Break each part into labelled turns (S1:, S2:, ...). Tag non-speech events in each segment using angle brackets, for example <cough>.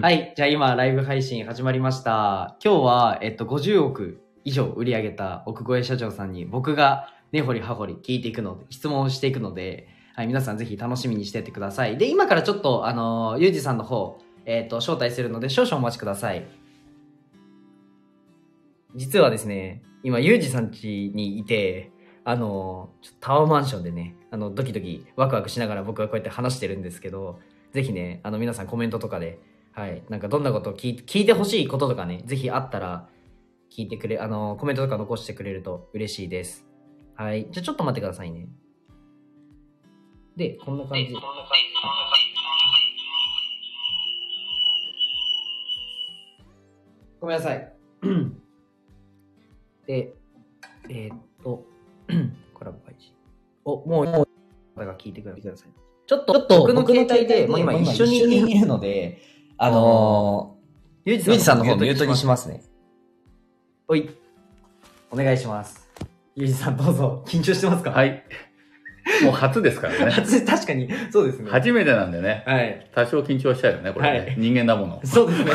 S1: はい。じゃあ今、ライブ配信始まりました。今日は、えっと、50億以上売り上げた奥越社長さんに、僕が根掘り葉掘り聞いていくので、質問をしていくので、はい、皆さんぜひ楽しみにしててください。で、今からちょっと、あのー、ゆうじさんの方、えっと、招待するので、少々お待ちください。実はですね、今、ゆうじさん家にいて、あのー、ちょっとタワーマンションでね、あの、ドキドキワクワクしながら僕はこうやって話してるんですけど、ぜひね、あの、皆さんコメントとかで、はい。なんかどんなことを聞い聞いてほしいこととかね、ぜひあったら、聞いてくれ、あの、コメントとか残してくれると嬉しいです。はい。じゃあちょっと待ってくださいね。で、こんな感じ。ごめんなさい。 <clears throat> で、えーっと、 <clears throat> コラボ配信。お、もう、もう、方が聞いてください。ちょっと、ちょっと僕の携帯で、もう今一緒にいるので、あのー、ゆうじさんの方ミュートにしますね。おい。お願いします。ゆうじさんどうぞ。緊張してますか。
S2: はいい。もう初ですからね。
S1: 初 <laughs> 確かに、そうですね。
S2: 初めてなんでね。
S1: はい。
S2: 多少緊張しちゃうよね、これね。
S1: はい。
S2: 人間だもの <laughs>
S1: そう <laughs> ですね。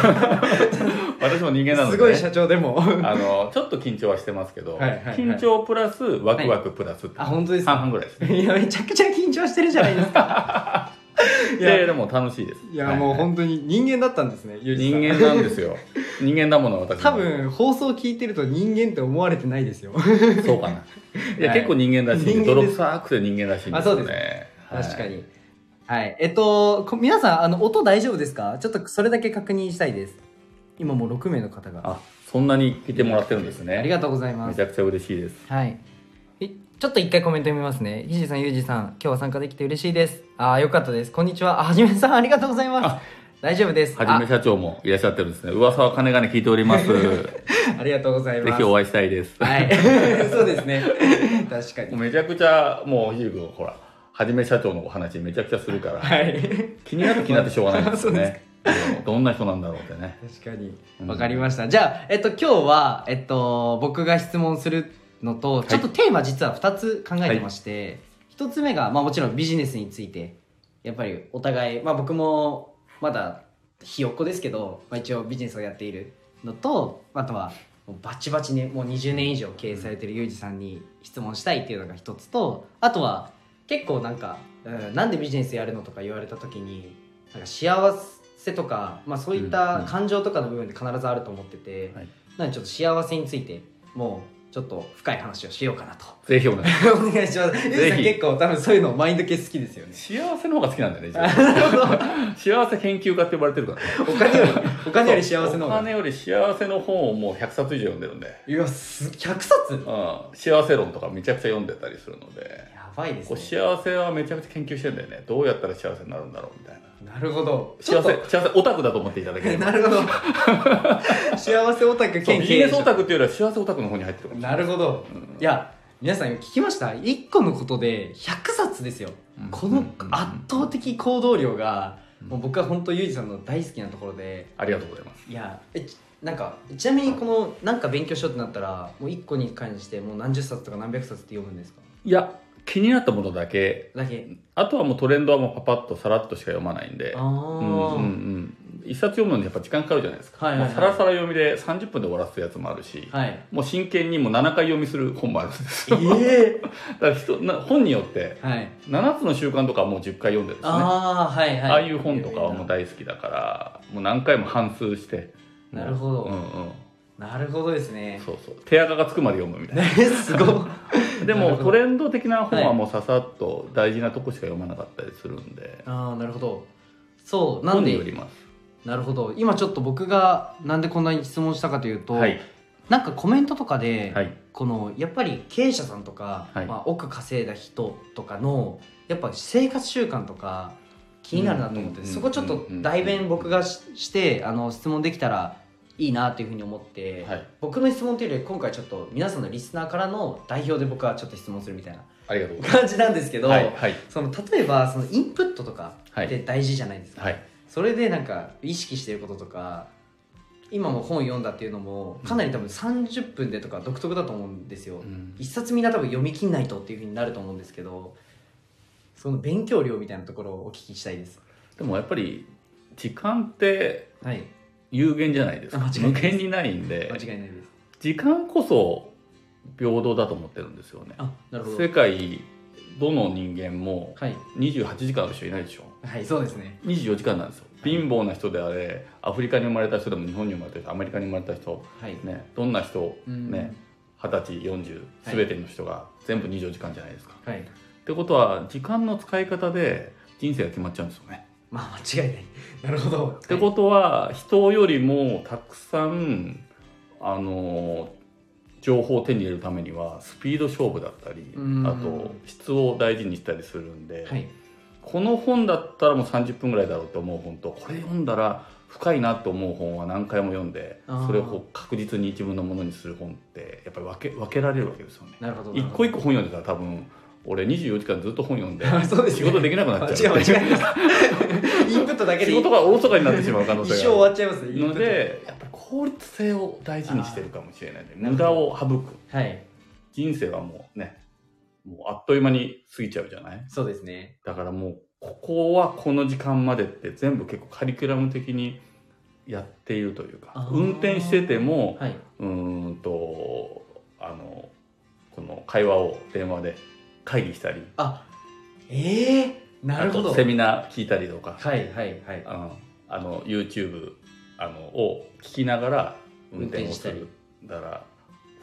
S2: 私も人間なの
S1: す
S2: で、ね。
S1: ごい社長でも。
S2: あの、ちょっと緊張はしてますけど、
S1: はいはいはい
S2: 緊張プラスワクワクプラスって、
S1: あ、本当です
S2: 半
S1: か
S2: 々ぐらいですね。
S1: いや、めちゃくちゃ緊張してるじゃないです <laughs> か。い
S2: い
S1: や
S2: やいや、でも楽しいです。
S1: いや、もう
S2: はい
S1: 本当に人間だったんですね、ゆうじ
S2: 人
S1: さん。
S2: 間なんですよ。人間だもの、私も。
S1: 多分、放送聞いてると人間って思われてないですよ。
S2: そうかな。いや、
S1: はい
S2: 結構人間らしいんで
S1: 人間です
S2: 泥臭くて人間らしいんですよね。
S1: あそうです
S2: はい
S1: 確か。に。はい。えっと、こ皆さん、あの、音大丈夫ですかちょっとそれだけ確認したいです。今もう6名の方が。
S2: あ、そんなに来てもらってるんですね。
S1: ありがとうございま
S2: め
S1: す
S2: ち。ゃくちゃ嬉しいです。
S1: はい。いちょっと一回コメント見ますね。ひじさん、ゆうじさん、今日は参加できて嬉しいです。ああ、よかったです。こんにちは。あはじめさん、ありがとうございます
S2: あ。
S1: 大丈夫です。
S2: はじめ社長もいらっしゃってるんですね。噂は金がね聞いてお
S1: <laughs>
S2: ります。ぜ
S1: あありがとうございます。
S2: ひお
S1: は
S2: 会いしたいで
S1: い。
S2: す。
S1: <laughs> そうですね。確かに。
S2: めちゃくちゃ、もう、ひじくん、ほら、はじめ社長のお話めちゃくちゃするから、
S1: はい。
S2: 気になって気になってしょうがないです
S1: そ
S2: よ
S1: うで
S2: ね。もうどんな人なんだろうってね。
S1: 確かに
S2: うん
S1: わかりました、じゃあ、えっと、今日は、えっと、僕が質問するのと、
S2: い
S1: ちょっとテーマ実は2つ考えてまして、一1つ目が、まあ、もちろんビジネスについてやっぱりお互い、まあ、僕もまだひよっこですけど、まあ、一応ビジネスをやっているのとあとはもうバチバチねもう20年以上経営されてるユージさんに質問したいっていうのが一つとあとは結構なんか、うん、なんでビジネスやるのとか言われた時になんか幸せとか、まあ、そういった感情とかの部分で必ずあると思ってて、
S2: はい
S1: なのでちょっと幸せについてもうちょっと深い話をしようか
S2: <laughs>
S1: なと
S2: ぜひお願いしま
S1: お願いしますゆうじさん
S2: ぜひ
S1: 結構多分そういうのマインド系好きですよ
S2: <laughs>
S1: ね
S2: す。幸せの方が好きなんだよね、一
S1: あなるほど
S2: 応 <laughs> 幸せ研究家って呼ばれてるからね。
S1: お金よりお金より幸せの
S2: お
S1: 方が
S2: 金より幸せの本をもう100冊以上読んでるんで、
S1: いやす100冊
S2: うん、幸せ論とかめちゃくちゃ読んでたりするので、
S1: やばいです
S2: こう
S1: ね
S2: 幸せはめちゃくちゃ研究してんだよね。どうやったら幸せになるんだろうみたいな。
S1: なるほどちょ
S2: 幸
S1: っと
S2: せ、幸せオタクだと思っていた <laughs> だければ。
S1: なるほど幸せオタク
S2: そう
S1: 兼
S2: ビ
S1: 経営
S2: ジネスオ
S1: 者
S2: タクっていうよりは幸せオタクの方に入ってるかもしれ
S1: なるほどいや皆さん聞きました1個のことで100冊ですよ
S2: うん
S1: こ
S2: う
S1: の
S2: ん
S1: 圧倒的行動量が
S2: うん
S1: もう僕は本当ユージさんの大好きなところで
S2: ありがとうございます。
S1: いやえちなんかちなみにこのなんか勉強しようってなったらもう1個に関してもう何十冊とか何百冊って読むんですか
S2: いや、気になったものだけ、
S1: だけ
S2: あとはもうトレンドはもうパパッとさらっとしか読まないんで、
S1: あ
S2: うん
S1: あ、
S2: うんうん一冊読むのにやっぱ時間かかるじゃないですか。
S1: はいはいはい
S2: もうさらさら読みで30分で終わらすやつもあるし、
S1: はい
S2: もう真剣にもう7回読みする本もある
S1: <laughs>
S2: んですよ。
S1: え
S2: <laughs> だから人な本によって、
S1: えはい
S2: 7つの習慣とかはもう10回読んでるんですね。
S1: ああはいはい
S2: ああいう本とかはもう大好きだから、もう何回も反数して。
S1: なるほど
S2: うんうん。
S1: なるほどですね
S2: そうそう。手垢がつくまで読むみたいな。
S1: ねすごいな
S2: で
S1: る
S2: も
S1: ほど
S2: トレンド的な本はもうささっと大事なとこしか読まなかったりするんで、
S1: ああなるほどそうな
S2: 本
S1: ん
S2: によ
S1: で
S2: ります
S1: なるほど今ちょっと僕がなんでこんなに質問したかというと、
S2: はい
S1: なんかコメントとかで、
S2: はい
S1: このやっぱり経営者さんとか、
S2: はい
S1: まあ、奥稼いだ人とかのやっぱ生活習慣とか気になるなと思って、
S2: うんうんうんうん
S1: そこちょっと代弁僕がししてあの質問できたらいいなというふうに思って、
S2: はい
S1: 僕の質問というより今回ちょっと皆さんのリスナーからの代表で僕はちょっと質問するみたいな <laughs>
S2: ありがとうござい
S1: 感じなんですけど、
S2: ますはいはい
S1: その例えばそのインプットとか
S2: は
S1: って
S2: い
S1: 大事じゃないですか、
S2: はい
S1: それでなんか意識してることとか今も本読んだっていうのもかなり多分30分でとか独特だと思うんですよ、
S2: うん
S1: 一冊みんな多分読み切んないとっていうふうになると思うんですけどその勉強量みたいなところをお聞きしたいです
S2: でもやっぱり時間って
S1: はい
S2: 有限じゃないです
S1: 間
S2: か
S1: 違いない
S2: 無
S1: です
S2: 限にないんで
S1: 間違いないです
S2: 時間こそ平等だと思ってるんですよね
S1: あなるほど
S2: 世界どの人間も
S1: はい
S2: 28時間ある人いないでしょ
S1: はいそうですね
S2: 24時間なんですよ
S1: はい
S2: 貧乏な人であれアフリカに生まれた人でも日本に生まれた人アメリカに生まれた人
S1: はい
S2: ねどんな人
S1: うん
S2: ね二十歳40
S1: はい
S2: 全ての人が全部24時間じゃないですか、
S1: はい
S2: ってことは時間の使い方で人生が決まっちゃうんですよね、
S1: まあ間違いないなるほど
S2: ってことは人よりもたくさんあの情報を手に入れるためにはスピード勝負だったり
S1: うん
S2: あと質を大事にしたりするんで、
S1: はい
S2: この本だったらもう30分ぐらいだろうと思う本とこれ読んだら深いなと思う本は何回も読んで
S1: あー
S2: それをこう確実に自分のものにする本ってやっぱり分け分けられるわけですよね。
S1: なるほど
S2: 一個一個本読んでたら多分俺24時間ずっと本読んで
S1: <laughs> そうですね
S2: 仕事できなくなっちゃう
S1: 間違い
S2: <laughs>
S1: 間違いないインプットだけで
S2: 仕事がおろそかになってしまう可能
S1: 一
S2: 性
S1: 生
S2: がある
S1: 終わっちゃいますねイン
S2: の
S1: プッ
S2: でやっぱり効率性を大事にしてるかもしれないね
S1: あー
S2: 無駄を省く
S1: トはい
S2: 人生はもうねもうあっという間に過ぎちゃうじゃない
S1: そうですね
S2: だからもうここはこの時間までって全部結構カリキュラム的にやっているという
S1: あ
S2: か
S1: ー
S2: 運転してても
S1: はいう
S2: ーんとあのこの会話を電話で会議したり
S1: あええなるほ
S2: あ
S1: ど
S2: とセミナー聞いたりとか、
S1: はいはいはい
S2: うんあの YouTube あのを聞きながら運転をするだから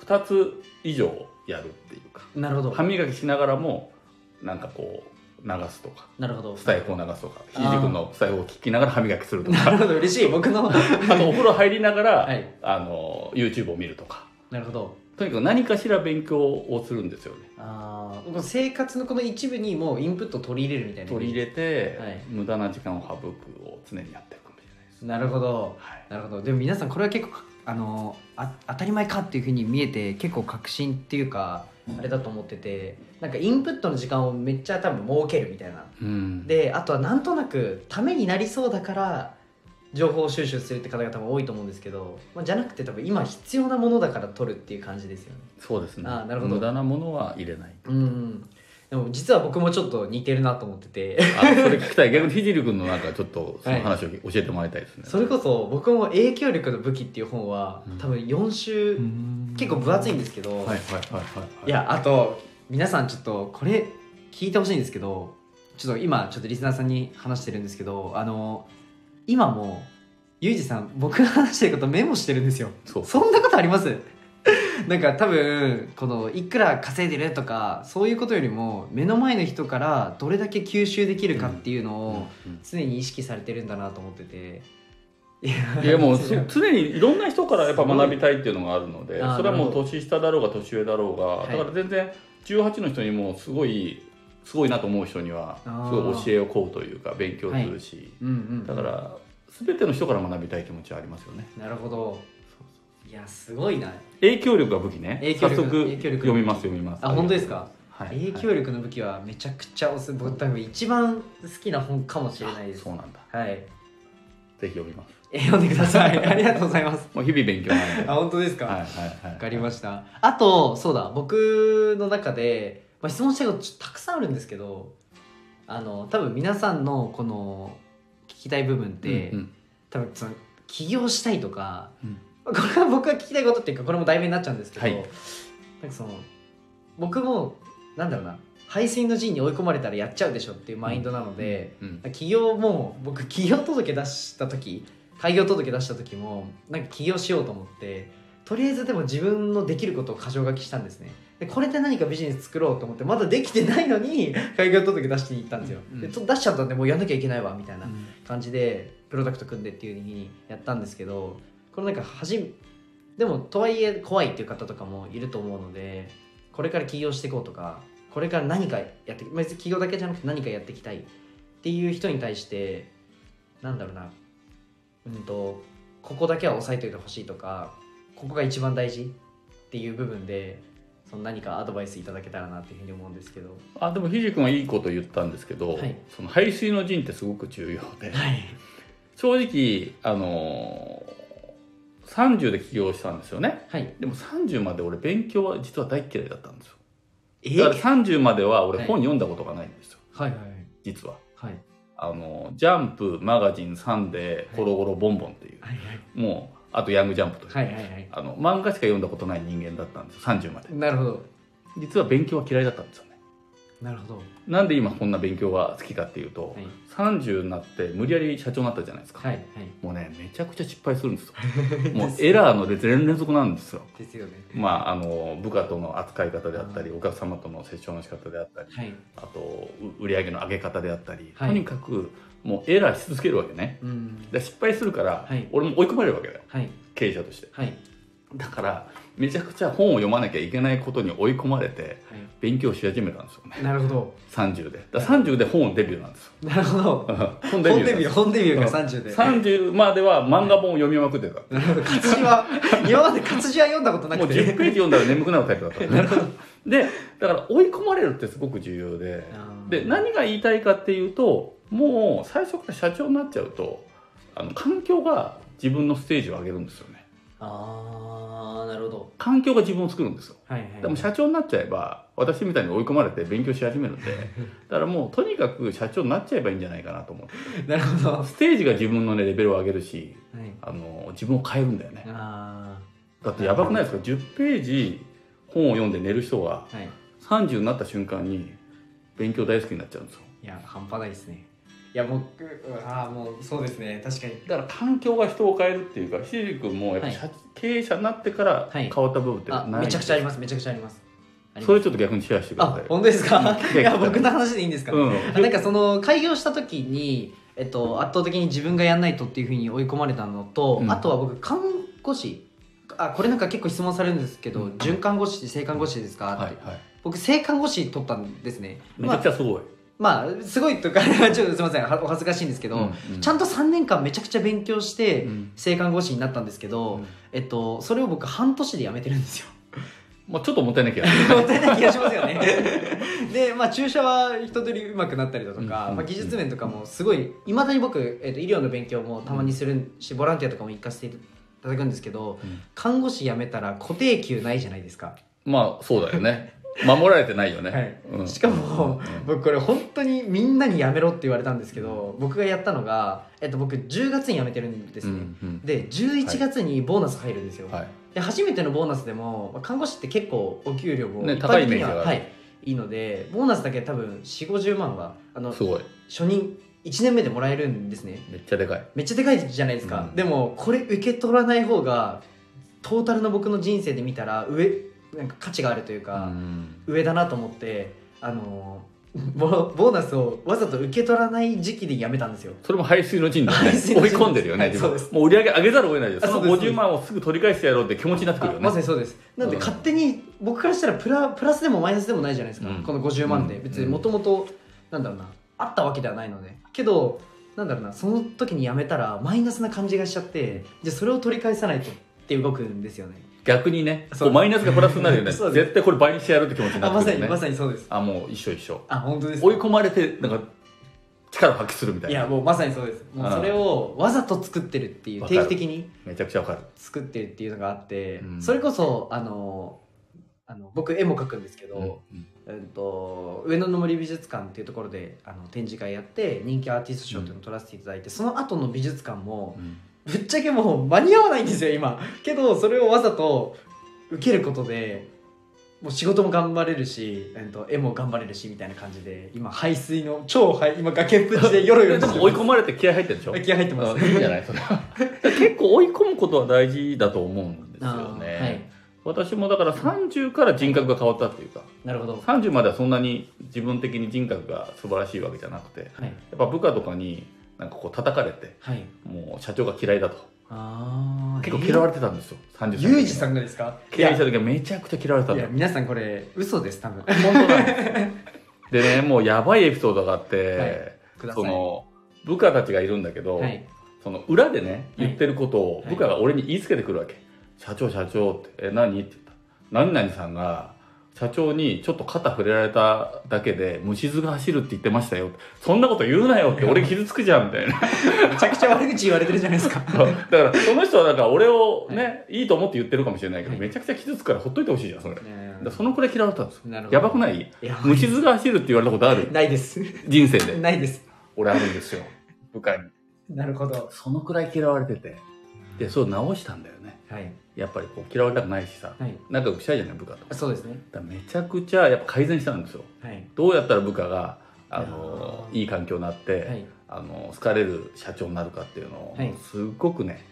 S2: 2つ以上やるっていうか
S1: なるほど
S2: 歯磨きしながらもなんかこう流すとか
S1: なるほど
S2: スタイフを流すとかひ
S1: あー
S2: じくんのスタイフを聞きながら歯磨きすると
S1: な <laughs>
S2: か
S1: るほど嬉しい
S2: <laughs>
S1: 僕のは
S2: あとお風呂入りながら、
S1: い
S2: あの YouTube を見るとか
S1: なるほど
S2: とにかく何かしら勉強をするんですよね
S1: あーこの生活のこの一部にもうインプットを取り入れるみたいな
S2: 取り入れて、
S1: はい
S2: 無駄な時間を省くを常にやってるかもしれないです、
S1: なるほど
S2: はい
S1: なるほどでも皆さんこれは結構あのあ当たり前かっていうふうに見えて結構確信っていうかあれだと思っててなんかインプットの時間をめっちゃ多分設けるみたいな
S2: うん、
S1: であとはなんとなくためになりそうだから情報収集するって方々も多いと思うんですけど、まあ、じゃなくて多分今必要なものだから取るっていう感じですよね
S2: そうですね
S1: あーなるほど
S2: 無駄なものは入れない
S1: うんうんでも実は僕もちょっと似てるなと思ってて <laughs>
S2: あそれ聞きたい逆にひじり君のなんかちょっとその話を教えてもらいたいですね、
S1: それこそ僕も「影響力の武器」っていう本は
S2: うん
S1: 多分4週、結構分厚いんですけど、
S2: はいはいはいはい
S1: いやあと皆さんちょっとこれ聞いてほしいんですけどちょっと今ちょっとリスナーさんに話してるんですけどあの今もゆうじさん僕が話してることメモしてるんですよ
S2: そう
S1: そんなことあります <laughs> なんか多分このいくら稼いでるとかそういうことよりも目の前の人からどれだけ吸収できるかっていうのを
S2: うん
S1: 常に意識されてるんだなと思っててい
S2: いやもう
S1: そ
S2: つ常にいろんな人からやっぱ学びたいっていうのがあるので
S1: すごいあー
S2: それはもう
S1: なるほ
S2: 年下だろうが年上だろうが、
S1: はい
S2: だから全然18の人にもすごいすごいなと思う人にはす
S1: あー
S2: ごい教えをこうというか勉強するし、
S1: うんうん
S2: だから全ての人から学びたい気持ちはありますよね
S1: なるほどいやすごいな
S2: 影響力が武器ね
S1: 影響力
S2: 早速
S1: 影響力
S2: 読みます読みます
S1: あ本当ですか
S2: はい
S1: 影響力の武器はめちゃくちゃおす僕多分一番好きな本かもしれないです
S2: そうなんだ
S1: はい
S2: ぜひ読みます
S1: え読んでくださいありがとうございます
S2: もう日々勉強なんで
S1: あ本当ですか、
S2: は
S1: わ
S2: いはいはい
S1: かりましたあとそうだ僕の中で、まあ、質問したいことちょっとたくさんあるんですけどあの多分皆さんのこの聞きたい部分って、
S2: うんうん
S1: 多分その起業したいとか、
S2: うん
S1: これは僕が聞きたいことっていうかこれも題名になっちゃうんですけど、
S2: はい
S1: なんかその僕もなんだろうな背水の陣に追い込まれたらやっちゃうでしょっていうマインドなので、
S2: うん
S1: 起業も僕起業届出した時開業届出した時もなんか起業しようと思ってとりあえずでも自分のできることを箇条書きしたんですねでこれで何かビジネス作ろうと思ってまだできてないのに開業届出しに行ったんですよ、
S2: うん
S1: でと出しちゃったんでもうやんなきゃいけないわみたいな
S2: うん
S1: 感じでプロダクト組んでっていうふうにやったんですけどこれなんか初めでもとはいえ怖いっていう方とかもいると思うのでこれから起業していこうとかこれから何かやって別に起業だけじゃなくて何かやっていきたいっていう人に対してなんだろうなうんとここだけは押さえておいてほしいとかここが一番大事っていう部分でその何かアドバイスいただけたらなっていうふうに思うんですけど
S2: あでもひじくんはいいこと言ったんですけど、
S1: はい
S2: その排水の陣ってすごく重要で
S1: はい
S2: 正直あのー30で起業したんですよね
S1: はい
S2: でも30まで俺勉強は実は大嫌いだったんですよ
S1: え
S2: だから30までは俺
S1: はい
S2: 本読んだことがないんですよ、
S1: はいはい
S2: 実は
S1: はい
S2: あのジャンプマガジン「サンデー」「コロコロボンボン」っていう、
S1: はい
S2: もうあと「ヤングジャンプ」という、
S1: はいはいはい
S2: あの漫画しか読んだことない人間だったんですよ30まで
S1: なるほど
S2: 実は勉強は嫌いだったんですよね
S1: なるほど
S2: なんで今こんな勉強が好きかっていうと、
S1: はい
S2: 30になって無理やり社長になったじゃないですか、
S1: はいはい
S2: もうねめちゃくちゃ失敗するんですよ
S1: <laughs>
S2: もうエラーの連連続なんですよ
S1: ですよね
S2: まあ、あの部下との扱い方であったりお客様との接触の仕方であったり
S1: はい
S2: あとう売り上げの上げ方であったり、
S1: はい
S2: とにかくもうエラーし続けるわけね
S1: うん
S2: で失敗するから、
S1: はい
S2: 俺も追い込まれるわけだよ
S1: はい
S2: 経営者として
S1: はい
S2: だからめちゃくちゃ本を読まなきゃいけないことに追い込まれて
S1: は
S2: 勉強し始めたんですよね
S1: いなるほど
S2: 30でだから30で本デビューなんですよ <laughs>
S1: なるほど
S2: 本
S1: 本デビュー
S2: ー
S1: 本デビューが30で
S2: 30までは漫画本を読みまくってた、
S1: <laughs> なるほど活字 <laughs> は今まで活字は読んだことな
S2: も
S1: く
S2: う10
S1: て
S2: ページ読んだら眠くなるタイプだった
S1: <laughs>
S2: のねでだから追い込まれるってすごく重要で
S1: あー
S2: で何が言いたいかっていうともう最初から社長になっちゃうとあの環境が自分のステージを上げるんですよね
S1: あーなるほど
S2: 環境が自分を作るんですよ
S1: はいはい
S2: でも社長になっちゃえば私みたいに追い込まれて勉強し始めるんでだからもうとにかく社長になっちゃえばいいんじゃないかなと思って
S1: なるほどは
S2: ステージが自分の、ね、レベルを上げるし
S1: い
S2: あの自分を変えるんだよね
S1: あ
S2: だってやばくないですか10ページ本を読んで寝る人は
S1: ーはい
S2: 30になった瞬間に勉強大好きになっちゃうんですよ
S1: いや半端ないですねいや僕ああもうそうですね確かに
S2: だから環境が人を変えるっていうかひじり君もやっぱ
S1: はい
S2: 社経営者になってから
S1: は
S2: 変
S1: い
S2: わった部分ってない
S1: あめちゃくちゃあり
S2: ま
S1: ますめちゃくちゃありますあります
S2: それちょっと逆にシェアしてくださ
S1: あ
S2: い
S1: 本当ですか
S2: うん
S1: いや僕の話でいいんですか、
S2: うん
S1: あなんかその開業した時に、えっと、圧倒的に自分がやんないとっていうふうに追い込まれたのと、
S2: うん
S1: あとは僕看護師あこれなんか結構質問されるんですけど、
S2: うん
S1: 準看護師正看護師ですか、
S2: はいは
S1: って
S2: い
S1: 僕正看護師取ったんですね
S2: めちゃくちゃすごい
S1: まあ、まあ、すごいとか <laughs> ちょっとすいませんはお恥ずかしいんですけど、ちゃん
S2: と
S1: と3年間めちゃくちゃ勉強して、正看護師になったんですけど、
S2: も
S1: えっと、それを僕半年で辞めてるんですよ
S2: うちょっともったいなきゃ
S1: もったいない気がします
S2: <laughs>
S1: よねで、まあ、注射は人通りうまくなったりだと
S2: うん
S1: か、
S2: うん
S1: まあ、技術面とかもすごいいまだに僕、えっと医療の勉強もたまにするし、ボランティアとかも行かせていただくんですけど看護師辞めたら固定給ないじゃないですか、
S2: まあそうだよね守られてないよね、
S1: はい
S2: うん
S1: しかも、
S2: うん
S1: 僕これ本当にみんなに辞めろって言われたんですけど僕がやったのが、えっと僕10月に辞めてるんですね、
S2: うん
S1: で11月にボーナス入るんですよ、
S2: うんはい
S1: で初めてのボーナスでもまあ看護師って結構お給料も
S2: ね
S1: 一般的
S2: 高いイメ
S1: に
S2: ージ
S1: は
S2: がある
S1: はい、いいのでボーナスだけ多分4 5 0万はあの
S2: す
S1: 初
S2: ごい
S1: 任1年目でもらえるんですね
S2: めっちゃでかい
S1: めっちゃでかいじゃないですか、
S2: うん
S1: でもこれ受け取らない方がトータルの僕の人生で見たら上なんか価値があるという
S2: う
S1: か、
S2: ん
S1: 上だなと思ってあのボボーナスをわざと受け取らない時期で辞めたんですよ
S2: それも排水の陣だね
S1: 排
S2: 追
S1: 水
S2: い
S1: の陣
S2: 込んでるよね、
S1: はい
S2: 自分
S1: そうです
S2: もう売り上げ上げざるを得ないで
S1: あ
S2: その
S1: そうです
S2: 50万をすぐ取り返してやろうって気持ちになってくるよ
S1: あ
S2: ね
S1: まさにそうですなんで
S2: うん
S1: 勝手に僕からしたらプラプラスでもマイナスでもないじゃないですか、
S2: うん
S1: この50万で、
S2: うん
S1: 別にもともとなんだろうなあったわけではないのでけどなんだろうなその時にやめたらマイナスな感じがしちゃってじゃあそれを取り返さないとって動くんですよね
S2: 逆にね
S1: そう
S2: こうマイナスがプラスになるよね
S1: そうです
S2: 絶対これ倍にしてやるって気持ちにな
S1: あ
S2: っ
S1: まさ
S2: てくる
S1: に
S2: よね、
S1: まさにそうです
S2: あもう一緒一緒
S1: あ本当ですか
S2: 追い込まれてなんか力を発揮するみたい
S1: い
S2: な
S1: やもうまさにそうですもうそれをわざと作ってるっていう
S2: わか
S1: 定
S2: る
S1: 期的に
S2: めちゃくちゃわかる
S1: 作ってるっていうのがあって、
S2: うん
S1: それこそあのあの僕絵も描くんですけど、
S2: うん
S1: うん、と上野の森美術館っていうところであの展示会やって人気アーティスト賞っていうのを取らせていただいて、その後の美術館も
S2: うん
S1: ぶっちゃけもう間に合わないんですよ今けどそれをわざと受けることでもう仕事も頑張れるし、えっと、絵も頑張れるしみたいな感じで今排水の超排今崖っぷちで
S2: <laughs>
S1: よろよろ
S2: でも追い込まれて気合入ってるでしょ
S1: 気合入ってます
S2: うんいいんじゃないそれは <laughs> 結構追い込むことは大事だと思うんですよ
S1: <laughs> あ
S2: ね、
S1: ーはい
S2: 私もだから30から人格が変わったっていうか
S1: なるほど
S2: 30まではそんなに自分的に人格が素晴らしいわけじゃなくてや
S1: はい
S2: っぱ部下とかになんかこう叩かれて
S1: はい
S2: もう社長が嫌いだと
S1: ああ
S2: 結構嫌われてたんですよ、30歳の時
S1: ユージさんがですか
S2: 経営した時はめちゃくちゃ嫌われてた
S1: い
S2: んだ
S1: や
S2: よ
S1: 皆さんこれ嘘です多分
S2: 本当なんですでねもうやばいエピソードがあって、
S1: くださ
S2: そ
S1: い
S2: の部下たちがいるんだけど、
S1: はい
S2: その裏でね
S1: はい
S2: 言ってることを
S1: はい
S2: 部下が俺に言いつけてくるわけ「社長社長」って「え何?」って言った何々さんが社長にちょっと肩触れられただけで虫唾が走るって言ってましたよそんなこと言うなよって俺傷つくじゃんみたいな <laughs>
S1: めちゃくちゃ悪口言われてるじゃないですか
S2: だからその人はなんか俺をね、、
S1: はい
S2: いと思って言ってるかもしれないけど、
S1: はい
S2: めちゃくちゃ傷つくからほっといてほしいじゃんそれだからそ
S1: の
S2: のくらい嫌われたんですよ
S1: なるほど
S2: やばくない
S1: いや
S2: 虫唾が走るって言われたことある
S1: ないです
S2: 人生で
S1: ないです
S2: 俺あるんですよ部下に
S1: なるほど。
S2: そのくらい嫌われててでそれを直したんだよね
S1: はい。
S2: やっぱりこう嫌われたくないしさ
S1: はい。
S2: 仲良くしたいじゃない部下とだか
S1: そうですね。
S2: らめちゃくちゃやっぱ改善したんですよ
S1: はい。
S2: どうやったら部下があの
S1: あー
S2: いい環境になって、
S1: はい。
S2: あの好かれる社長になるかっていうのを、
S1: はい
S2: すっごくね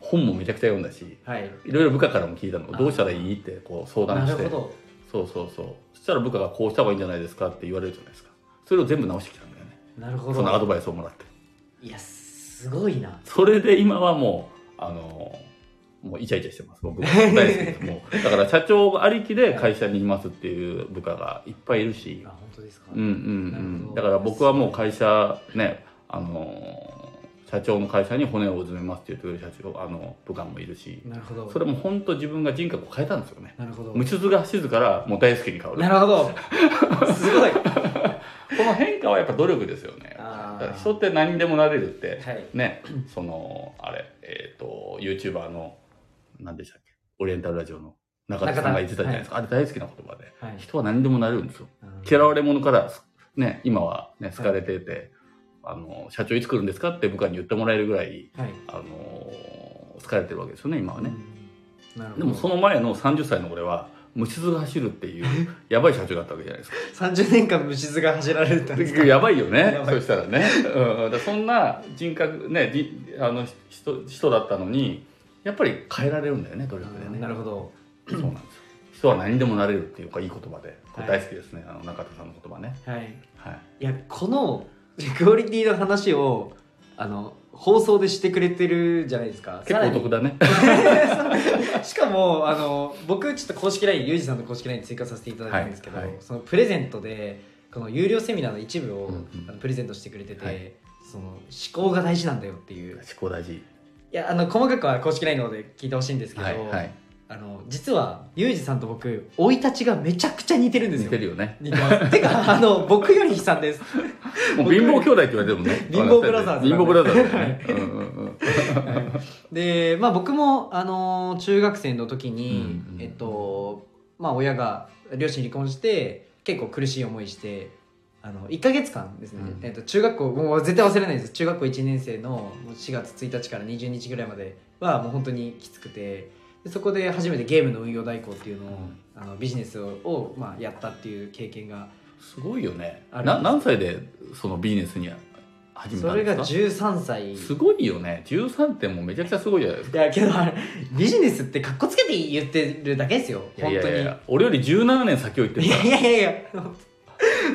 S2: 本もめちゃくちゃ読んだし
S1: はい。
S2: いろいろ部下からも聞いたの
S1: あー
S2: どうしたらいいってこう相談
S1: な
S2: し
S1: る
S2: て
S1: ほど。
S2: そうそうそうそしたら部下がこうした方がいいんじゃないですかって言われるじゃないですかそれを全部直してきたんだよね
S1: なるほ
S2: そのアド
S1: ど。
S2: バイスをもらって
S1: いや、すごいな。
S2: それで今はもうあのもうイチャイチャしてます僕大好きですもうだから社長がありきで会社にいますっていう部下がいっぱいいるし
S1: あ、本当ですか。
S2: うんうん
S1: な
S2: う
S1: る
S2: ん
S1: ほど
S2: だから僕はもう会社ねあのー社長の会社に骨をうずめますって言ってくれる社長あの部下もいるし
S1: なるほど。
S2: それも本当自分が人格を変えたんですよね
S1: なるほど。
S2: 無傷が静からもう大好きに変わる
S1: なるほど。すごい。
S2: この変化はやっぱ努力ですよね
S1: あー
S2: だから人って何にでもなれるって
S1: はい。
S2: ねそのあれえっ、と YouTuber の何でしたっけオリエンタルラジオの中田さんが言ってたじゃないですか、あれ大好きな言葉で
S1: はい。
S2: 人は何にでもなれるんですよ嫌われ者から、ね、今は、ね、好かれてて、あの社長いつ来るんですかって部下に言ってもらえるぐらい、
S1: はい。
S2: あの好かれてるわけですよね今はね、
S1: うん。なるほど。
S2: でもその前の30歳の俺は無傷が走るっていうやばい社長だったわけじゃないですか
S1: 30年間虫唾が走られてたんですか
S2: やばいよね
S1: <laughs> やばい
S2: そしたらね、うん、だからそんな人格ねじあの人人だったのにやっぱり変えられるんだよね努力でね
S1: なるほど。
S2: そうなんですよ人は何にでもなれるっていうかいい言葉でこれ
S1: はい
S2: 大好きですね、あの中田さんの言葉ね
S1: はい。
S2: はい
S1: いやこのクオリティの話をあの放送でしてくれてるじゃないですか
S2: 結構お得だね
S1: さらに <laughs> しかもあの僕ちょっと公式 LINE ユージさんの公式 LINE に追加させていただいたんですけど、
S2: はいはい
S1: そのプレゼントでこの有料セミナーの一部を、
S2: うんうん
S1: あのプレゼントしてくれてて、
S2: はい
S1: その思考が大事なんだよっていう
S2: 思考大事
S1: いやあの細かくは公式 LINE の方で聞いてほしいんですけど、
S2: はいはい
S1: あの実はユージさんと僕生い立ちがめちゃくちゃ似てるんです
S2: 似
S1: よ
S2: てるよね
S1: 似てますてかあの僕より悲惨です
S2: もう貧乏兄弟って言われてるもんね
S1: 貧乏ブラザーズ
S2: 貧乏ブラザーズだよねうんうん
S1: <laughs>
S2: うん
S1: で、まあ、僕も、あのー中学生の時に、
S2: うんうん
S1: えっとまあ、親が両親離婚して結構苦しい思いしてあの1か月間ですね、
S2: うん
S1: えっと、中学校もう絶対忘れないです中学校1年生のもう4月1日から20日ぐらいまではもう本当にきつくてでそこで初めてゲームの運用代行っていうのを、あのビジネスをまあ、やったっていう経験が
S2: すごいよね
S1: ある
S2: な何歳でそのビジネスに始めた
S1: そ
S2: ん
S1: れ
S2: です
S1: が
S2: か
S1: 13歳
S2: すごいよね13点もめちゃくちゃすごいじゃないですか
S1: いやけどあれビジネスってかっこつけて言ってるだけですよ
S2: いや
S1: 本
S2: い
S1: 当
S2: やい
S1: に。
S2: や俺より17年先を言ってる
S1: い
S2: か
S1: やいやいやいや、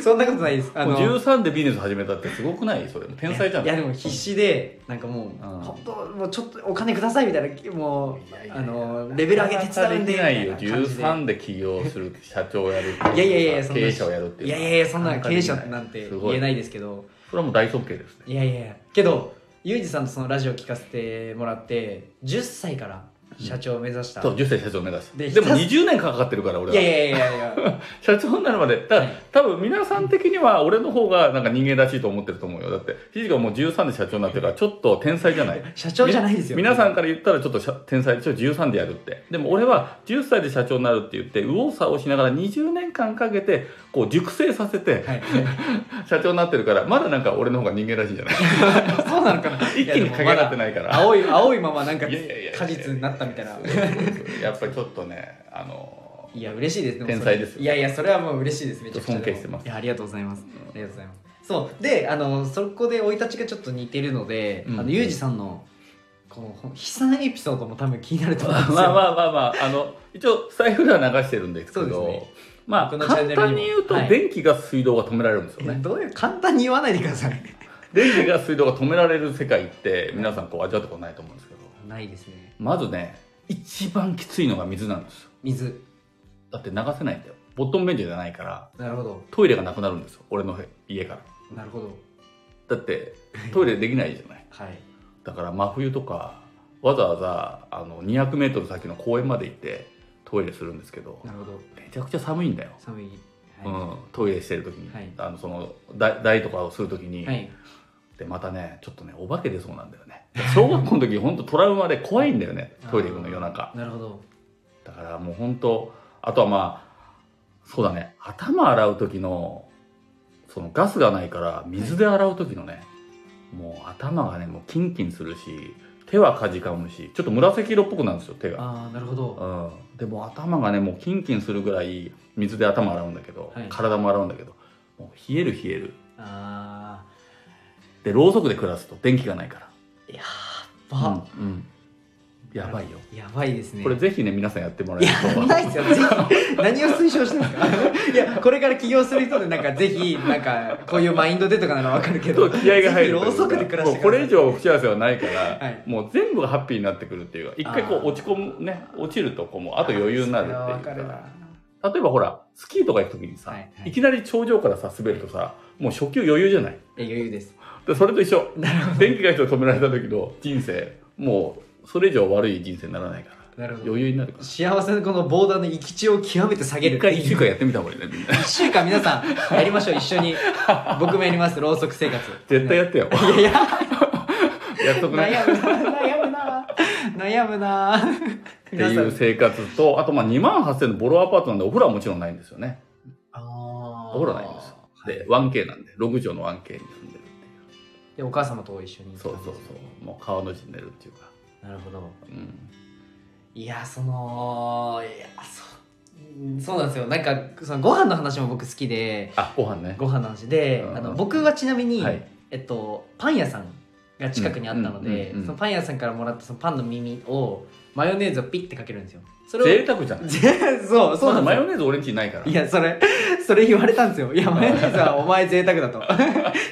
S1: そんなことないです。
S2: ら
S1: あ
S2: もう
S1: の、
S2: 13でビジネス始めたってすごくないそれ天才じゃん
S1: いや、でも必死で、なんかもう、
S2: ん
S1: 本当、もうちょっとお金くださいみたいな、も、
S2: いやいうやいや
S1: あの、レベル上げ手伝うんで、み
S2: できな
S1: た
S2: い
S1: い
S2: よ
S1: な感じで。
S2: 13で起業する社長をやるってう
S1: いやいやいやそんな
S2: 経営者をやるっていう
S1: い
S2: の
S1: や
S2: はい
S1: やいや、そんな経営者
S2: なかな
S1: な
S2: か
S1: ん
S2: でき
S1: て
S2: すご
S1: 言えないですけど、
S2: それはもう大尊敬ですね
S1: いやいやいや、けど、ユージさんとそのラジオ聞かせてもらって、10歳から社長を目指した。
S2: そう10歳社長目指し
S1: で
S2: てでも
S1: ひたす
S2: 20年かかってるから俺はい
S1: やいやいやいやいや、
S2: 社長になるまでだから
S1: はい
S2: 多分皆さん的には俺の方がなんか人間らしいと思ってると思うよだってひじがもう13で社長になってるからちょっと天才じゃない
S1: 社長じゃないですよ。
S2: み皆さんから言ったらちょっとしゃ天才でしょ13でやるってでも俺は10歳で社長になるって言って右往左往しながら20年間かけてこう熟成させて
S1: はい。
S2: 社長になってるからまだなんか俺の方が人間らしいんじゃない
S1: <laughs> そうなのかな。
S2: <laughs> 一気に駆け上がってないから
S1: 青い、青いままなんか
S2: いやいやいやいや
S1: 果実になったみたい
S2: <laughs>
S1: な。
S2: やっぱりちょっとねあの
S1: いや嬉しいですね
S2: 天才ですよ
S1: いやいやそれはもう嬉しいですめちゃくちゃ
S2: 尊敬してます
S1: いやありがとうございますありがとうございますそうであのそこで生い立ちがちょっと似てるので、
S2: うん
S1: あのユージさんのこのほ悲惨エピソードも多分気になると思うんですよ
S2: まあまあまあまああの一応財布では流してるんですけ
S1: そうで
S2: ど
S1: すね
S2: まあ
S1: 僕のチャン
S2: 簡
S1: ネルにも
S2: 単に言うと
S1: はい
S2: 電気が水道が止められるんですよね、
S1: どういう簡単に言わないでください
S2: 電気が水道が止められる世界って皆さんこう味わった <laughs> ことないと思うんですけど
S1: ないですね
S2: まずね一番きついのが水なんですよ
S1: 水
S2: だって流せないんだよボットン便所じゃないから
S1: なるほど
S2: トイレがなくなるんですよ俺の家か
S1: なるほど
S2: らだってトイレできないじゃない
S1: はい
S2: だから真冬とかわざわざあの 200m 先の公園まで行ってトイレするんですけど
S1: なるほど
S2: めちゃくちゃ寒いんだよ、
S1: 寒い
S2: うん、トイレしてる時に、
S1: はい
S2: あのその台台とかをする時に、
S1: はい、
S2: でまたねちょっとねお化け出そうなんだよね小学校の時本当トラウマで怖いんだよねトイレ行くの夜中
S1: なるほど
S2: だからもう本当あとはまあそうだね頭洗う時のそのガスがないから水で洗う時のね、もう頭がねもうキンキンするし手はかじかむしちょっと紫色っぽくなるんですよ手が、
S1: ああなるほど
S2: うん、でもう頭がねもうキンキンするぐらい水で頭洗うんだけど、
S1: はい
S2: 体も洗うんだけどもう冷える冷える
S1: あ
S2: でろうそくで暮らすと電気がないから
S1: ーやば、
S2: うんうんやばいよ
S1: やばいですね
S2: これぜひね皆さんやってもら
S1: い
S2: え
S1: や
S2: る
S1: やばいですよぜひ何を推奨してるんですかいやこれから起業する人でなんかぜひなんかこういうマインドでとかならわかるけ
S2: ちょ
S1: ど
S2: っと気合が入る
S1: ぜひろうそくで暮らして
S2: もうこれ以
S1: ください
S2: 上不幸せはないから、
S1: はい
S2: もう全部がハッピーになってくるっていうか一回こ
S1: あー
S2: う落ち込むね落ちるとこうもうあと余裕になるって
S1: あーそれはわ
S2: い
S1: か
S2: う
S1: る
S2: か
S1: な
S2: 例えばほらスキーとか行く時にさ、
S1: はい
S2: い
S1: はい
S2: きなり頂上からさ滑るとさもう初級余裕じゃない
S1: え余裕です
S2: でそれと一緒電気が一つ止められた時の人生もうそれ以上悪い人生にならないから
S1: なるほど
S2: 余裕になるから
S1: 幸せのこのボーダーの行き地を極めて下げる
S2: 一回一週間やってみた方がいいね
S1: <laughs>
S2: みんな
S1: 1週間皆さんやりましょう一緒
S2: <laughs>
S1: に僕もやりますろうそく生活
S2: 絶対や
S1: <laughs>
S2: ってよ
S1: いやいや
S2: <laughs> やっとくね
S1: 悩むな悩むな悩むな
S2: っていう生活とあとまあ2万8000のボロアパートなんでお風呂はもちろんないんですよね
S1: あ
S2: お風呂ないんですよ
S1: で
S2: で 1K なんで6畳の 1K に住んでるっていう
S1: でお母様と一緒に
S2: そうそうそうもう川の字に寝るっていうか
S1: うなるほど
S2: うん
S1: いやそのいやそううんそうなんですよなんかそのご飯の話も僕好きで
S2: あご飯ね
S1: ご飯の話で、
S2: うん
S1: あの僕はちなみに、
S2: はい
S1: えっと、パン屋さんが近くにあったので、
S2: うんうんうんうん
S1: そのパン屋さんからもらったそのパンの耳をマヨネーズをピッてかけるんですよそれ
S2: 贅
S1: を
S2: 沢じゃん
S1: <laughs> そうそうな
S2: まず
S1: んで
S2: マ
S1: すよ
S2: ヨネーズ俺んちないから
S1: いやそれそれ言われたんですよいやマヨネーズはお前贅沢だ
S2: <laughs>
S1: と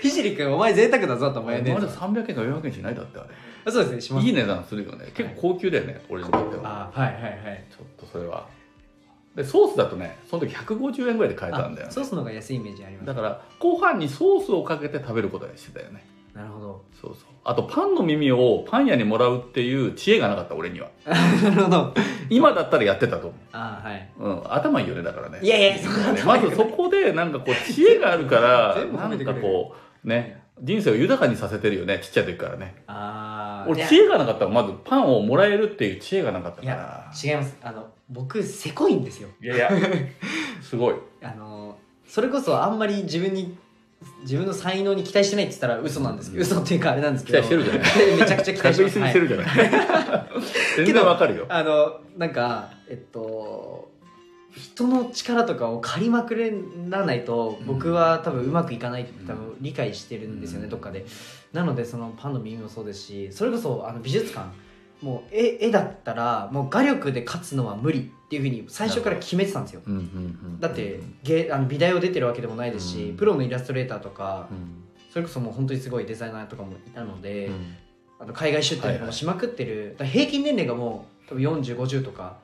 S1: ひしりくんお前贅沢だぞと
S2: ま
S1: マ
S2: だ
S1: ヨネーズは
S2: 300円か400円しないだってあれ
S1: そうですねします
S2: いい値段するよね結構高級だよね、俺にとっては
S1: あはいはいはい
S2: ちょっとそれはでソースだとねその時150円ぐらいで買えたんだよ、
S1: あ
S2: ね
S1: ソ、ースの方が安いイメージあります
S2: だからご飯にソースをかけて食べることにしてたよね
S1: なるほ
S2: <laughs>
S1: ど
S2: そうそうあとパンの耳をパン屋にもらうっていう知恵がなかった俺には
S1: なるほど
S2: 今だったらやってたと思
S1: あはい。
S2: う、うん、頭いいよねだからね
S1: いやいやそんな
S2: まずそこでなんかこう知恵があるから
S1: 全部全部褒
S2: な
S1: め
S2: ん
S1: てくれ
S2: か
S1: る
S2: こうね人生を豊かにさせてるよねちっちゃい時からね
S1: あー
S2: 俺
S1: い
S2: 知恵がなかったらまずパンをもらえるっていう知恵がなかったか
S1: や
S2: ら
S1: や違います。あの僕せこいんですよ。
S2: いやいやすごい
S1: あのそれこそあんまり自分に自分の才能に期待してないって言ったら嘘なんですけど、
S2: うん
S1: 嘘っていうかあれなんですけど。
S2: 期待してるじゃ
S1: ない。 <laughs> めちゃくちゃ期待して
S2: 確
S1: ま
S2: 実
S1: す。
S2: にしてるじゃない <laughs> 全然わかるよ
S1: はいあのなんかえっと。人の力とかを借りまくれらないと
S2: うん
S1: 僕は多分うまくいかないって
S2: うん
S1: 多分理解してるんですよね、
S2: うん
S1: どっかでなのでそのパンの耳もそうですしそれこそあの美術館もう絵絵だったらもう画力で勝つのは無理っていうふうに最初から決めてたんですよ
S2: うんうんうん
S1: だって芸あの美大を出てるわけでもないですし、
S2: うん
S1: プロのイラストレーターとか
S2: うん
S1: それこそもう本当にすごいデザイナーとかもいたので、
S2: うん
S1: あの海外出店とかもしまくってる、だから平均年齢がもう多分4050とか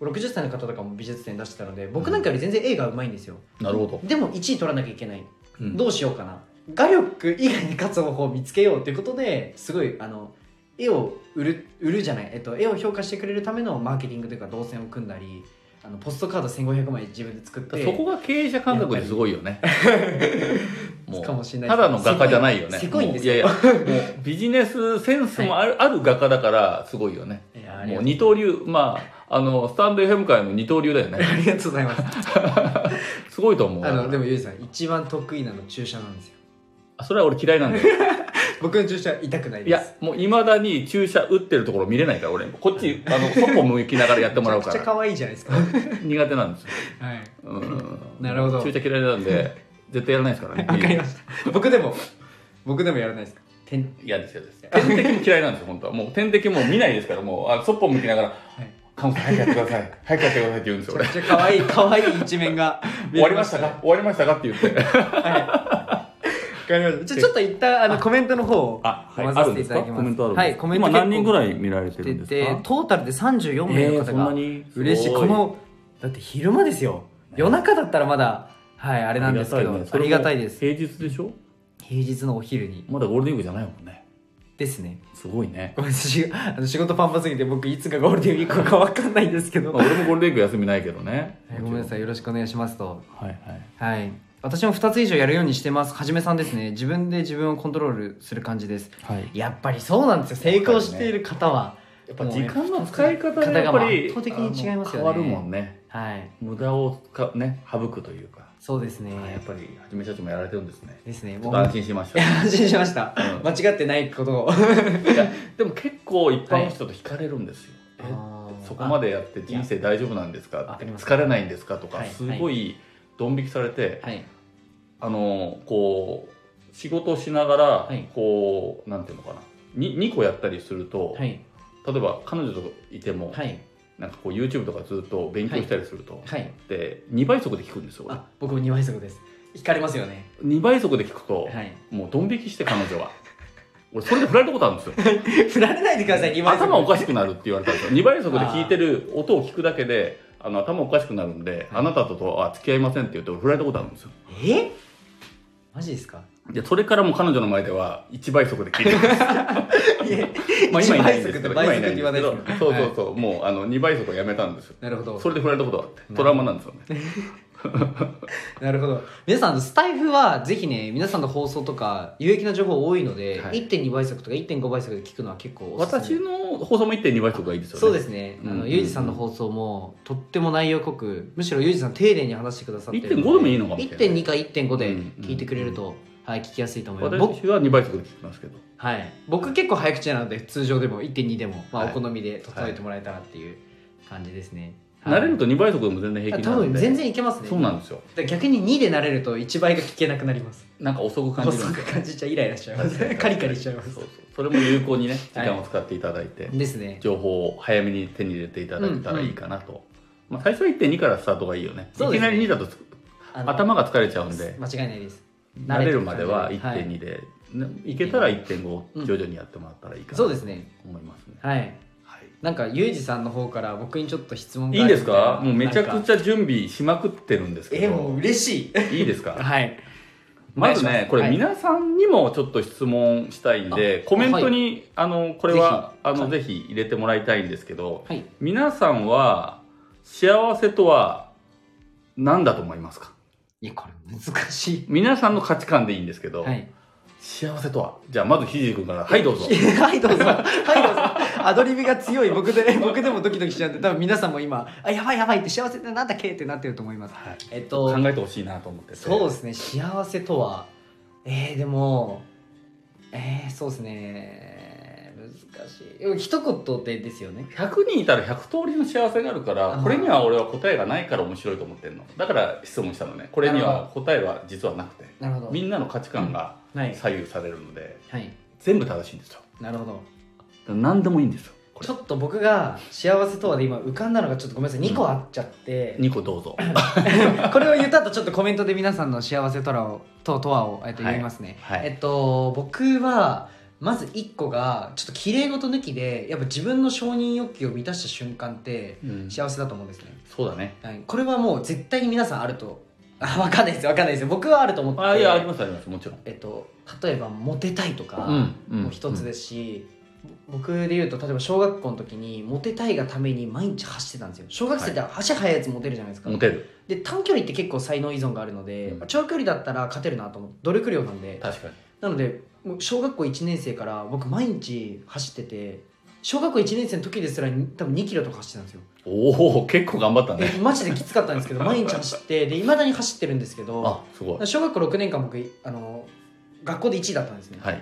S1: 60歳の方とかも美術展出してたので僕なんかより全然絵がうまいんですよ
S2: なるほど
S1: でも1位取らなきゃいけない、
S2: うん
S1: どうしようかな画力以外に勝つ方法を見つけようっていうことですごいあの絵を売る売るじゃない、えっと、絵を評価してくれるためのマーケティングというか動線を組んだりあのポストカード1500枚自分で作っ
S2: だか
S1: て
S2: らそこが経営者感覚ですごいよ
S1: <laughs>
S2: ねもう
S1: かもしれない
S2: ただの画家じゃないよね
S1: せこいんです
S2: もうい
S1: よ
S2: やいや
S1: <laughs>
S2: もうビジネスセンスもある,、ある画家だからすごいよね
S1: いやありが
S2: もう
S1: とう
S2: 二刀流まああのスタンド FM 界の二刀流だよ
S1: <laughs>
S2: ね
S1: ありがとうござい
S2: <laughs>
S1: ます
S2: すごいと思う
S1: あのでもゆうじさん一番得意なの注射なんですよ
S2: あそれは俺嫌いなん
S1: <laughs>
S2: だよ
S1: 僕の注射は痛くない
S2: い
S1: で
S2: や
S1: す
S2: もういまだに注射打ってるところ見れないから俺こっちあの外向きながらやってもらうか
S1: <laughs> めちゃくちゃ
S2: ら
S1: 可愛いじゃない
S2: <laughs>
S1: ですか
S2: 苦手なんですよ
S1: はい
S2: うん
S1: なるほど
S2: 注射嫌いなんで絶対やらないですから
S1: <laughs>
S2: ね
S1: わかりました僕でも僕でもやらないですてん
S2: 嫌です嫌です天敵も嫌いなんですよ本当はもう天敵もう見ないですからもうあそっぽ向きながら
S1: はい
S2: 「カモさん早くやってください早くやってください」って言うんですよ
S1: め
S2: 俺 <laughs>
S1: ちゃくちゃ可愛い可愛い一面が
S2: 終わりましたか終わりましたかって言って
S1: わかりましたじゃあちょっと一旦あのコメントの方を
S2: あ、
S1: 読ませていただきますはいコメント
S2: 今何人ぐら
S1: い
S2: い見られてるんですか
S1: トータルで34名の
S2: えー
S1: 方
S2: そんな
S1: が
S2: に
S1: 嬉しい
S2: すご
S1: このだって昼間ですよ夜中だったらまだはいあれなんですけどありがたいです
S2: 平日でしょ
S1: 平日のお昼に
S2: まだゴールデンウィークじゃないもんね
S1: ですね
S2: すごいね
S1: ごめんなさいあの仕事パンパすぎて僕いつがゴールデンウィークか分かんないんですけど、
S2: まあ俺もゴールデンウィーク休みないけどね
S1: はいごめんなさ
S2: い
S1: いよろしくお願いしますと
S2: はいはい
S1: はい私も2つ以上やるようにしてますはじめさんですね自分で自分をコントロールする感じです
S2: はい
S1: やっぱりそうなんですよ成功している方は
S2: やっぱ時間の使い方がやっぱり
S1: 方が圧倒的に違いますよね
S2: あの変わるもんね
S1: はい
S2: 無駄をかね省くというか
S1: そうですね。
S2: あやっぱりはじめ社長もやられてるんですね
S1: ですね。
S2: ちょ
S1: もう
S2: っと安心しました
S1: <laughs> 安心しました。
S2: うん
S1: 間違ってないこと
S2: <laughs>
S1: を。
S2: いやでも結構一般の人と惹かれるんですよ、えそこま
S1: で。
S2: でやって人生大丈夫なんですか
S1: ああります
S2: 疲れないんですかとか
S1: はい
S2: すごいドン引きされて、
S1: はい。
S2: あのこう仕事をしながら、
S1: い
S2: こうなんていうのかなに2個やったりすると、
S1: はい。
S2: 例えば彼女といても、
S1: はい。
S2: なんかこう YouTube とかずっと勉強したりすると、
S1: はい。
S2: で2倍速で聞くんですよ俺
S1: あ、僕も2倍速です。引かれますよね。
S2: 2倍速で聞くと、
S1: はい。 <laughs>
S2: もうドン引きして彼女は俺それで振られたことあるんですよ
S1: 振られないでください、2倍速。
S2: 頭おかしくなるって言われたんですよ2倍速で聞いてる音を聞くだけであの頭おかしくなるんで、
S1: はい
S2: あなたととは付き合いませんって言って俺振られたことあるんですよ
S1: えマジですか
S2: でそれからもう彼女の前では1倍速で聞いてます
S1: <laughs> いえ、
S2: <laughs> まあ今いないんですけ
S1: 1
S2: ど、今
S1: 倍速
S2: いな
S1: っ
S2: い
S1: て
S2: んで
S1: 言わな
S2: すけ
S1: い
S2: ど
S1: ですけ、ど
S2: そうそうそう、もうあの2倍速やめたんですよ。
S1: なるほど
S2: そ。れで振られたことがあって、トラウマなんですよね。
S1: なるほど。皆さん、スタイフはぜひね、皆さんの放送とか、有益な情報多いので、
S2: はい
S1: 1.2倍速とか1.5倍速で聞くのは結構おすすめ
S2: 私の放送も1.2倍速がいいですよね。
S1: そうですね、
S2: うん
S1: あのゆうじさんの放送もとっても内容濃くむしろゆうじさん丁寧に話してくださってるの
S2: 1.5でもいいのかもしれない
S1: 1.2か1.5で
S2: うん
S1: 聞いてくれると、はい、聞きやすいと思います僕,、
S2: 私は2倍速で聞きますけど。
S1: はい、僕結構早口なので通常でも1.2でも、まあ、
S2: は
S1: お
S2: い
S1: 好みで整えてもらえたらっていう感じですね、はい
S2: 慣れると2倍速でも全然平気
S1: 多
S2: なん
S1: 分
S2: で。
S1: 全然いけますね
S2: そうなんですよ。
S1: だから逆に2で慣れると1倍が聞けなくなります
S2: なんか遅く感じる
S1: 細
S2: んで
S1: く。感じちゃうイライラしちゃいます <laughs> カリカリしちゃいます
S2: そうそう。それも有効にね、時間を使っていただいて、
S1: ですね
S2: 情報を早めに手に入れていただけたらいいかなと。まあ最初は1.2からスタートがいいよね。いき
S1: そうです
S2: な
S1: ね
S2: り2だと
S1: あの
S2: 頭が疲れちゃうんで。
S1: 間違いないです
S2: 慣れるまでは
S1: 慣れて
S2: 1.2で、ねい、けたら1.5徐々にやってもらったらいいかなと
S1: そうですね
S2: 思いますね、
S1: はい
S2: はい
S1: なんかゆうじさんの方から僕にちょっと質問が
S2: いいんですか
S1: ある
S2: もう
S1: み
S2: めち
S1: た
S2: ゃ
S1: いな
S2: くちゃ準備しまくってるんですけど
S1: えもう嬉しい
S2: <laughs> いいです
S1: <laughs>
S2: か
S1: はい
S2: まずねこれ
S1: な
S2: 皆さんにもちょっと質問したいんで、コメントに、あのこれは
S1: ぜひ
S2: あの
S1: はい
S2: ぜひ入れてもらいたいんですけど
S1: はい
S2: 皆さんは幸せとは何だと思いますか
S1: いやこれ難しい
S2: 皆さんの価値観でいいんですけど、
S1: はい
S2: 幸せとはじゃあまずひじりくんからはいどうぞ
S1: はいどうぞはい <laughs> どうぞアドリブが強い僕で <laughs> 僕でもドキドキしちゃって多分皆さんも今あやばいやばいって幸せってなんだっけってなってると思います
S2: はい
S1: えっ
S2: 考
S1: と
S2: えてほしいなと思ってて
S1: そうですね幸せとはえー、でもえー、そうですね難しいでも一言でですよね
S2: 100人いたら100通りの幸せがあるから
S1: あー
S2: これには俺は答えがないから面白いと思ってんのだから質問したのねこれに
S1: なる
S2: は答えは実はなくて
S1: なるほど
S2: みんなの価値観が
S1: はい
S2: 左右されるので
S1: はい
S2: 全部正しいんですよ
S1: なるほど
S2: 何でもいいんですよこ
S1: ちょっと僕が幸せとはで今浮かんだのがちょっとごめんなさい2個あっちゃって、
S2: 2個どうぞ
S1: これを言った後ちょっとコメントで皆さんの幸せとらをととはを、えっと、
S2: はい
S1: 言いますね、
S2: はい
S1: えっと僕はまず1個がちょっと綺麗事抜きでやっぱ自分の承認欲求を満たした瞬間って
S2: <laughs> うん
S1: 幸せだと思うんですね、
S2: そうだね
S1: はい、これはもう絶対に皆さんあるとあ分かんないですよ分かんないですよ僕はあると思って
S2: あいやありますありますもちろん
S1: えっと、例えばモテたいとか、
S2: うんうん
S1: もう一つですし、ぼ僕で言うと例えば小学校の時にモテたいがために毎日走ってたんですよ小学生って足速いやつモテるじゃないですか、
S2: モテる
S1: で短距離って結構才能依存があるので、
S2: うん
S1: 長距離だったら勝てるなと思う努力量なんで
S2: 確かに
S1: なのでもう小学校1年生から僕毎日走ってて小学校1年生の時ですらに多分2キロとか走ってたんですよ
S2: おお結構頑張ったね <laughs>
S1: でマジできつかったんですけど毎日走ってでいまだに走ってるんですけど
S2: あすごい
S1: 小学校6年間僕あの学校で1位だったんですね、
S2: はい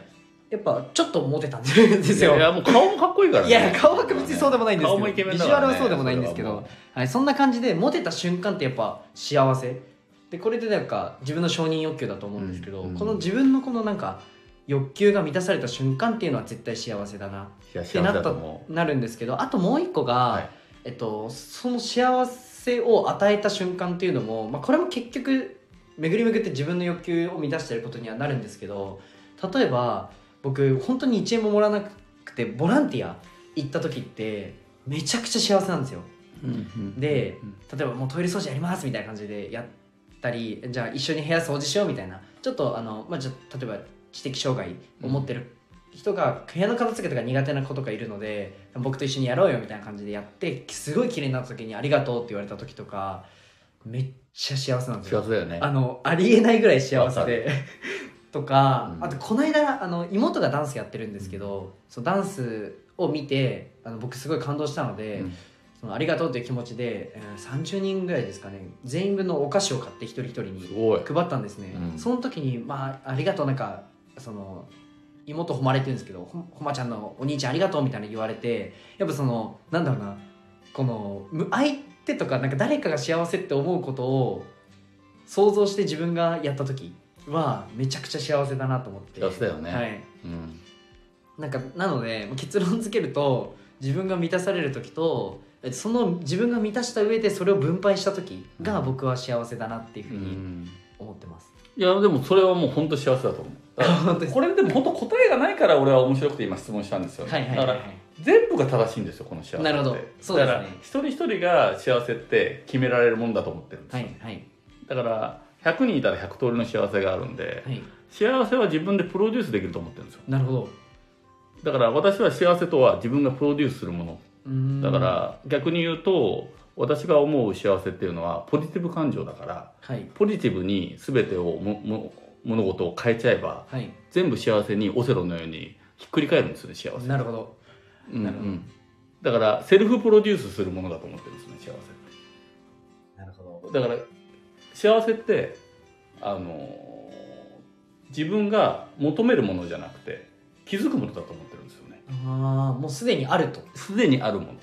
S1: やっぱちょっとモテたんですよ
S2: いやもう顔もかっこいいからね
S1: いや顔は別にそうでもないんですけど
S2: 顔もイケメンだからね
S1: ビジュアルはそうでもないんですけど
S2: それはもう
S1: はい、そんな感じでモテた瞬間ってやっぱ幸せでこれでなんか自分の承認欲求だと思うんですけど、
S2: うんうん
S1: この自分のこのなんか欲求が満たされた瞬間っていうのは絶対幸せだない
S2: や幸
S1: っ
S2: せ
S1: てな
S2: だ
S1: っ
S2: と
S1: た
S2: 思
S1: なるんですけどあともう一個が、
S2: うはい
S1: えっと、その幸せを与えた瞬間っていうのも、まあ、これも結局巡り巡って自分の欲求を満たしていることにはなるんですけど例えば僕本当に1円ももらわなくてボランティア行った時ってめちゃくちゃ幸せなんですよで
S2: うん
S1: 例えばもうトイレ掃除やりますみたいな感じでやったりじゃあ一緒に部屋掃除しようみたいなちょっとあの、まあ、じゃあ例えば知的障害を持ってる人が部屋の片付けとか苦手な子とかいるので僕と一緒にやろうよみたいな感じでやってすごい綺麗になった時に「ありがとう」って言われた時とかめっちゃ幸せなんですよ
S2: 幸せだよね
S1: あのありえないぐらい幸せで <laughs> とか、
S2: うん
S1: あとこの間あの妹がダンスやってるんですけど、そのダンスを見てあの僕すごい感動したので、
S2: うん
S1: そのありがとうという気持ちで、えー30人ぐらいですかね全員分のお菓子を買って一人一人
S2: す
S1: に
S2: ごい
S1: 配ったんですね、
S2: うん
S1: その時に、まあ、ありがとうなんかその妹誉れって言うんですけどほほまちゃんのお兄ちゃんありがとうみたいな言われてやっぱそのなんだろうなこのむ相手とかなんか誰かが幸せって思うことを想像して自分がやった時はめちゃくちゃ幸せだなと思って
S2: 幸せだよね
S1: はい、
S2: うん
S1: なんかなので結論付けると自分が満たされる時とその自分が満たした上でそれを分配した時が僕は幸せだなっていうふ
S2: う
S1: うに
S2: ん
S1: 思ってます。
S2: いやでもそれはもう本当幸せだと思うだから
S1: 本当です
S2: これでも本当答えがないから俺は面白くて今質問したんですよ、
S1: はいはい
S2: だ
S1: はい、
S2: か
S1: は
S2: ら全部が正しいんですよこの幸せって
S1: なるほどそうですね
S2: だから一人一人が幸せって決められるもんだと思ってるんですよ、
S1: いはい
S2: だから100人いたら100通りの幸せがあるんで
S1: はい
S2: 幸せは自分でプロデュースできると思ってるんですよ
S1: なるほど
S2: だから私は幸せとは自分がプロデュースするもの
S1: うーん
S2: だから逆に言うと私が思う幸せっていうのはポジティブ感情だから
S1: はい
S2: ポジティブに全てをもも物事を変えちゃえば
S1: はい
S2: 全部幸せにオセロのようにひっくり返るんですよね幸せ
S1: なるほど
S2: うんう
S1: なるほど
S2: ん、だからセルフプロデュースするものだと思ってるんですね幸せっ
S1: なるほど
S2: てだから幸せってあの自分が求めるものじゃなくて気づくものだと思ってるんですよね
S1: ああもうすでにあると
S2: すでにあるもの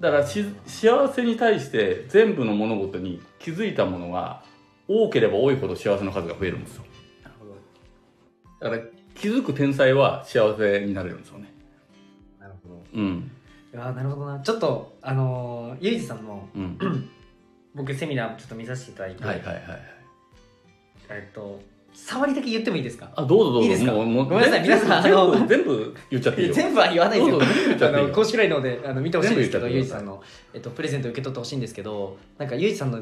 S2: だからし幸せに対して全部の物事に気づいたものが多ければ多いほど幸せの数が増えるんですよ
S1: なるほど
S2: だから気づく天才は幸せになれるんですよね
S1: なるほど
S2: うん
S1: あなるほどなちょっとあのー、ゆいじさんの
S2: うん
S1: 僕セミナーちょっと見させていただいて、
S2: <clears throat> はいはいはい
S1: えっと触りだけ言ってもいいですか
S2: あどうぞどうぞ
S1: いいですか
S2: もうもう
S1: ごめんなさい皆さん
S2: 全部
S1: あの
S2: 全部言っちゃっていい
S1: いや
S2: よ
S1: 全部は言わないですよ
S2: どうぞ全部言っちゃ
S1: あ
S2: っていい
S1: の
S2: よ
S1: 公式 LINE の方であの見てほしいんですけど
S2: 全部
S1: ゆ
S2: 言
S1: う
S2: っ
S1: じ
S2: ちゃ
S1: さ
S2: ってください
S1: んの、えっと、プレゼント受け取ってほしいんですけどなんかゆうじさんの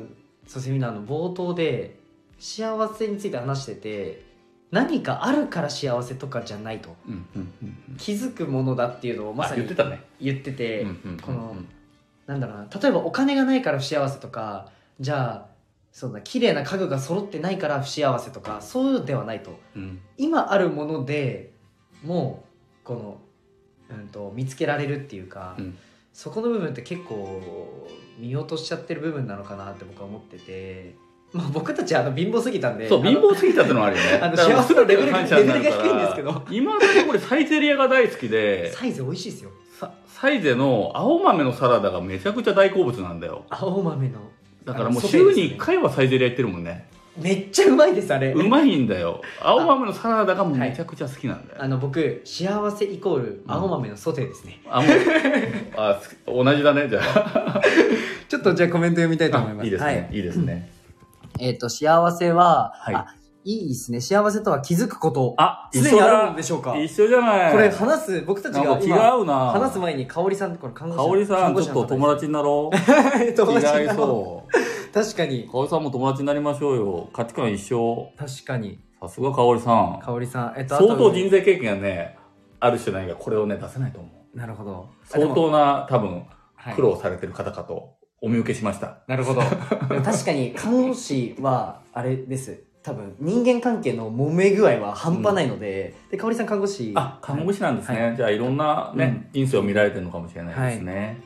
S1: そうセミナーの冒頭で幸せについて話してて何かあるから幸せとかじゃないと
S2: うんうんうんうん
S1: 気づくものだっていうのをま
S2: あ
S1: さ
S2: 言っ
S1: に
S2: てたね
S1: 言ってて、
S2: うんうんうん
S1: このなんだろうな例えばお金がないから不幸せとかじゃあそうだ綺麗な家具が揃ってないから不幸せとかそうではないと
S2: うん
S1: 今あるものでもうこの、うん、と見つけられるっていうか、
S2: うん
S1: そこの部分って結構見落としちゃってる部分なのかなって僕は思ってて、まあ、僕たちあの貧乏すぎたんで
S2: そう貧乏すぎたってのはあるよね
S1: あの
S2: だから
S1: 幸せのレベルが
S2: 全て感謝になるから
S1: レベルが低いんです
S2: いまだにこれサイゼリアが大好き
S1: あの
S2: で
S1: サイズ美味しいですよ
S2: ササイゼの青豆のサラダがめちゃくちゃ大好物なんだよ
S1: 青豆の
S2: だからもう
S1: あのソテー
S2: 週
S1: ですね
S2: に1回はサイゼリア行ってるもんね
S1: めっちゃうまいですあれ
S2: うまいんだよ青豆のサラダがもうめちゃくちゃ好きなんだよ
S1: あの僕幸せイコール青豆のソテーですね、
S2: あもうあす同じだねじゃあ
S1: ちょっとじゃあコメント読みたいと思いま
S2: あ
S1: す
S2: いいです
S1: は
S2: ねいいですね
S1: えっ、と幸せは、
S2: はい
S1: あいいですね幸せとは気づくこと
S2: あ
S1: すでにあるんでしょうか
S2: 一緒じゃない
S1: これ話す僕たち
S2: な
S1: が
S2: んか違
S1: 今
S2: うな
S1: 話す前に香織さんこれ看護師
S2: 香織さん
S1: 看護
S2: ち
S1: 師
S2: ょっ
S1: の
S2: と
S1: 方
S2: 友達になろう
S1: です <laughs> 友達
S2: 違い
S1: なの
S2: そう
S1: 確かに
S2: 香織さんも友達になりましょうよ価値観一緒
S1: 確かに
S2: さすが香織さん
S1: 香織さんえっとあと
S2: 相当人生経験がねある人ないがこれをね出せないと思う
S1: なるほどあで
S2: 相
S1: も
S2: 当な多分
S1: はい
S2: 苦労されてる方かとお見受けしました、
S1: な
S2: <laughs>
S1: るほどでも確かに看護師はあれです多分人間関係の揉め具合は半端ないので、で香織さん看護師
S2: あ看護師なんですね、
S1: は
S2: じゃあいろんなね、人生を見られてるのかもしれないですね、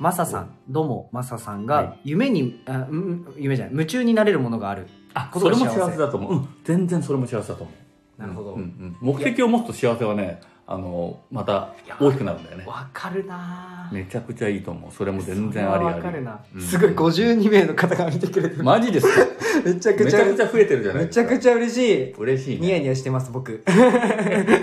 S1: マサさん、どうもマサさんが
S2: はい
S1: 夢に、あうん夢じゃない夢中になれるものがある。
S2: あ
S1: こ
S2: そ
S1: と
S2: れ
S1: が
S2: も
S1: 幸せ
S2: 幸せだと思う、うん、全然それも幸せだと思う
S1: なるほど。わ、
S2: うんうん目的を持つと幸せはねあのまた大きくなるんだよね
S1: かるなぁ。
S2: めちゃくちゃいいと思うそれも全然あ
S1: そ
S2: り
S1: れは
S2: あ
S1: わかる
S2: り
S1: な、
S2: うん
S1: すごい52名の方が見てくれてる。
S2: マジですか
S1: めちゃくち
S2: めち
S1: ゃ
S2: ゃくちゃ増えてるじゃない
S1: め
S2: で
S1: ちゃ
S2: すか
S1: くちゃ嬉しい。
S2: 嬉しい
S1: ニヤ
S2: ね
S1: ニヤしてます僕。
S2: <laughs> こ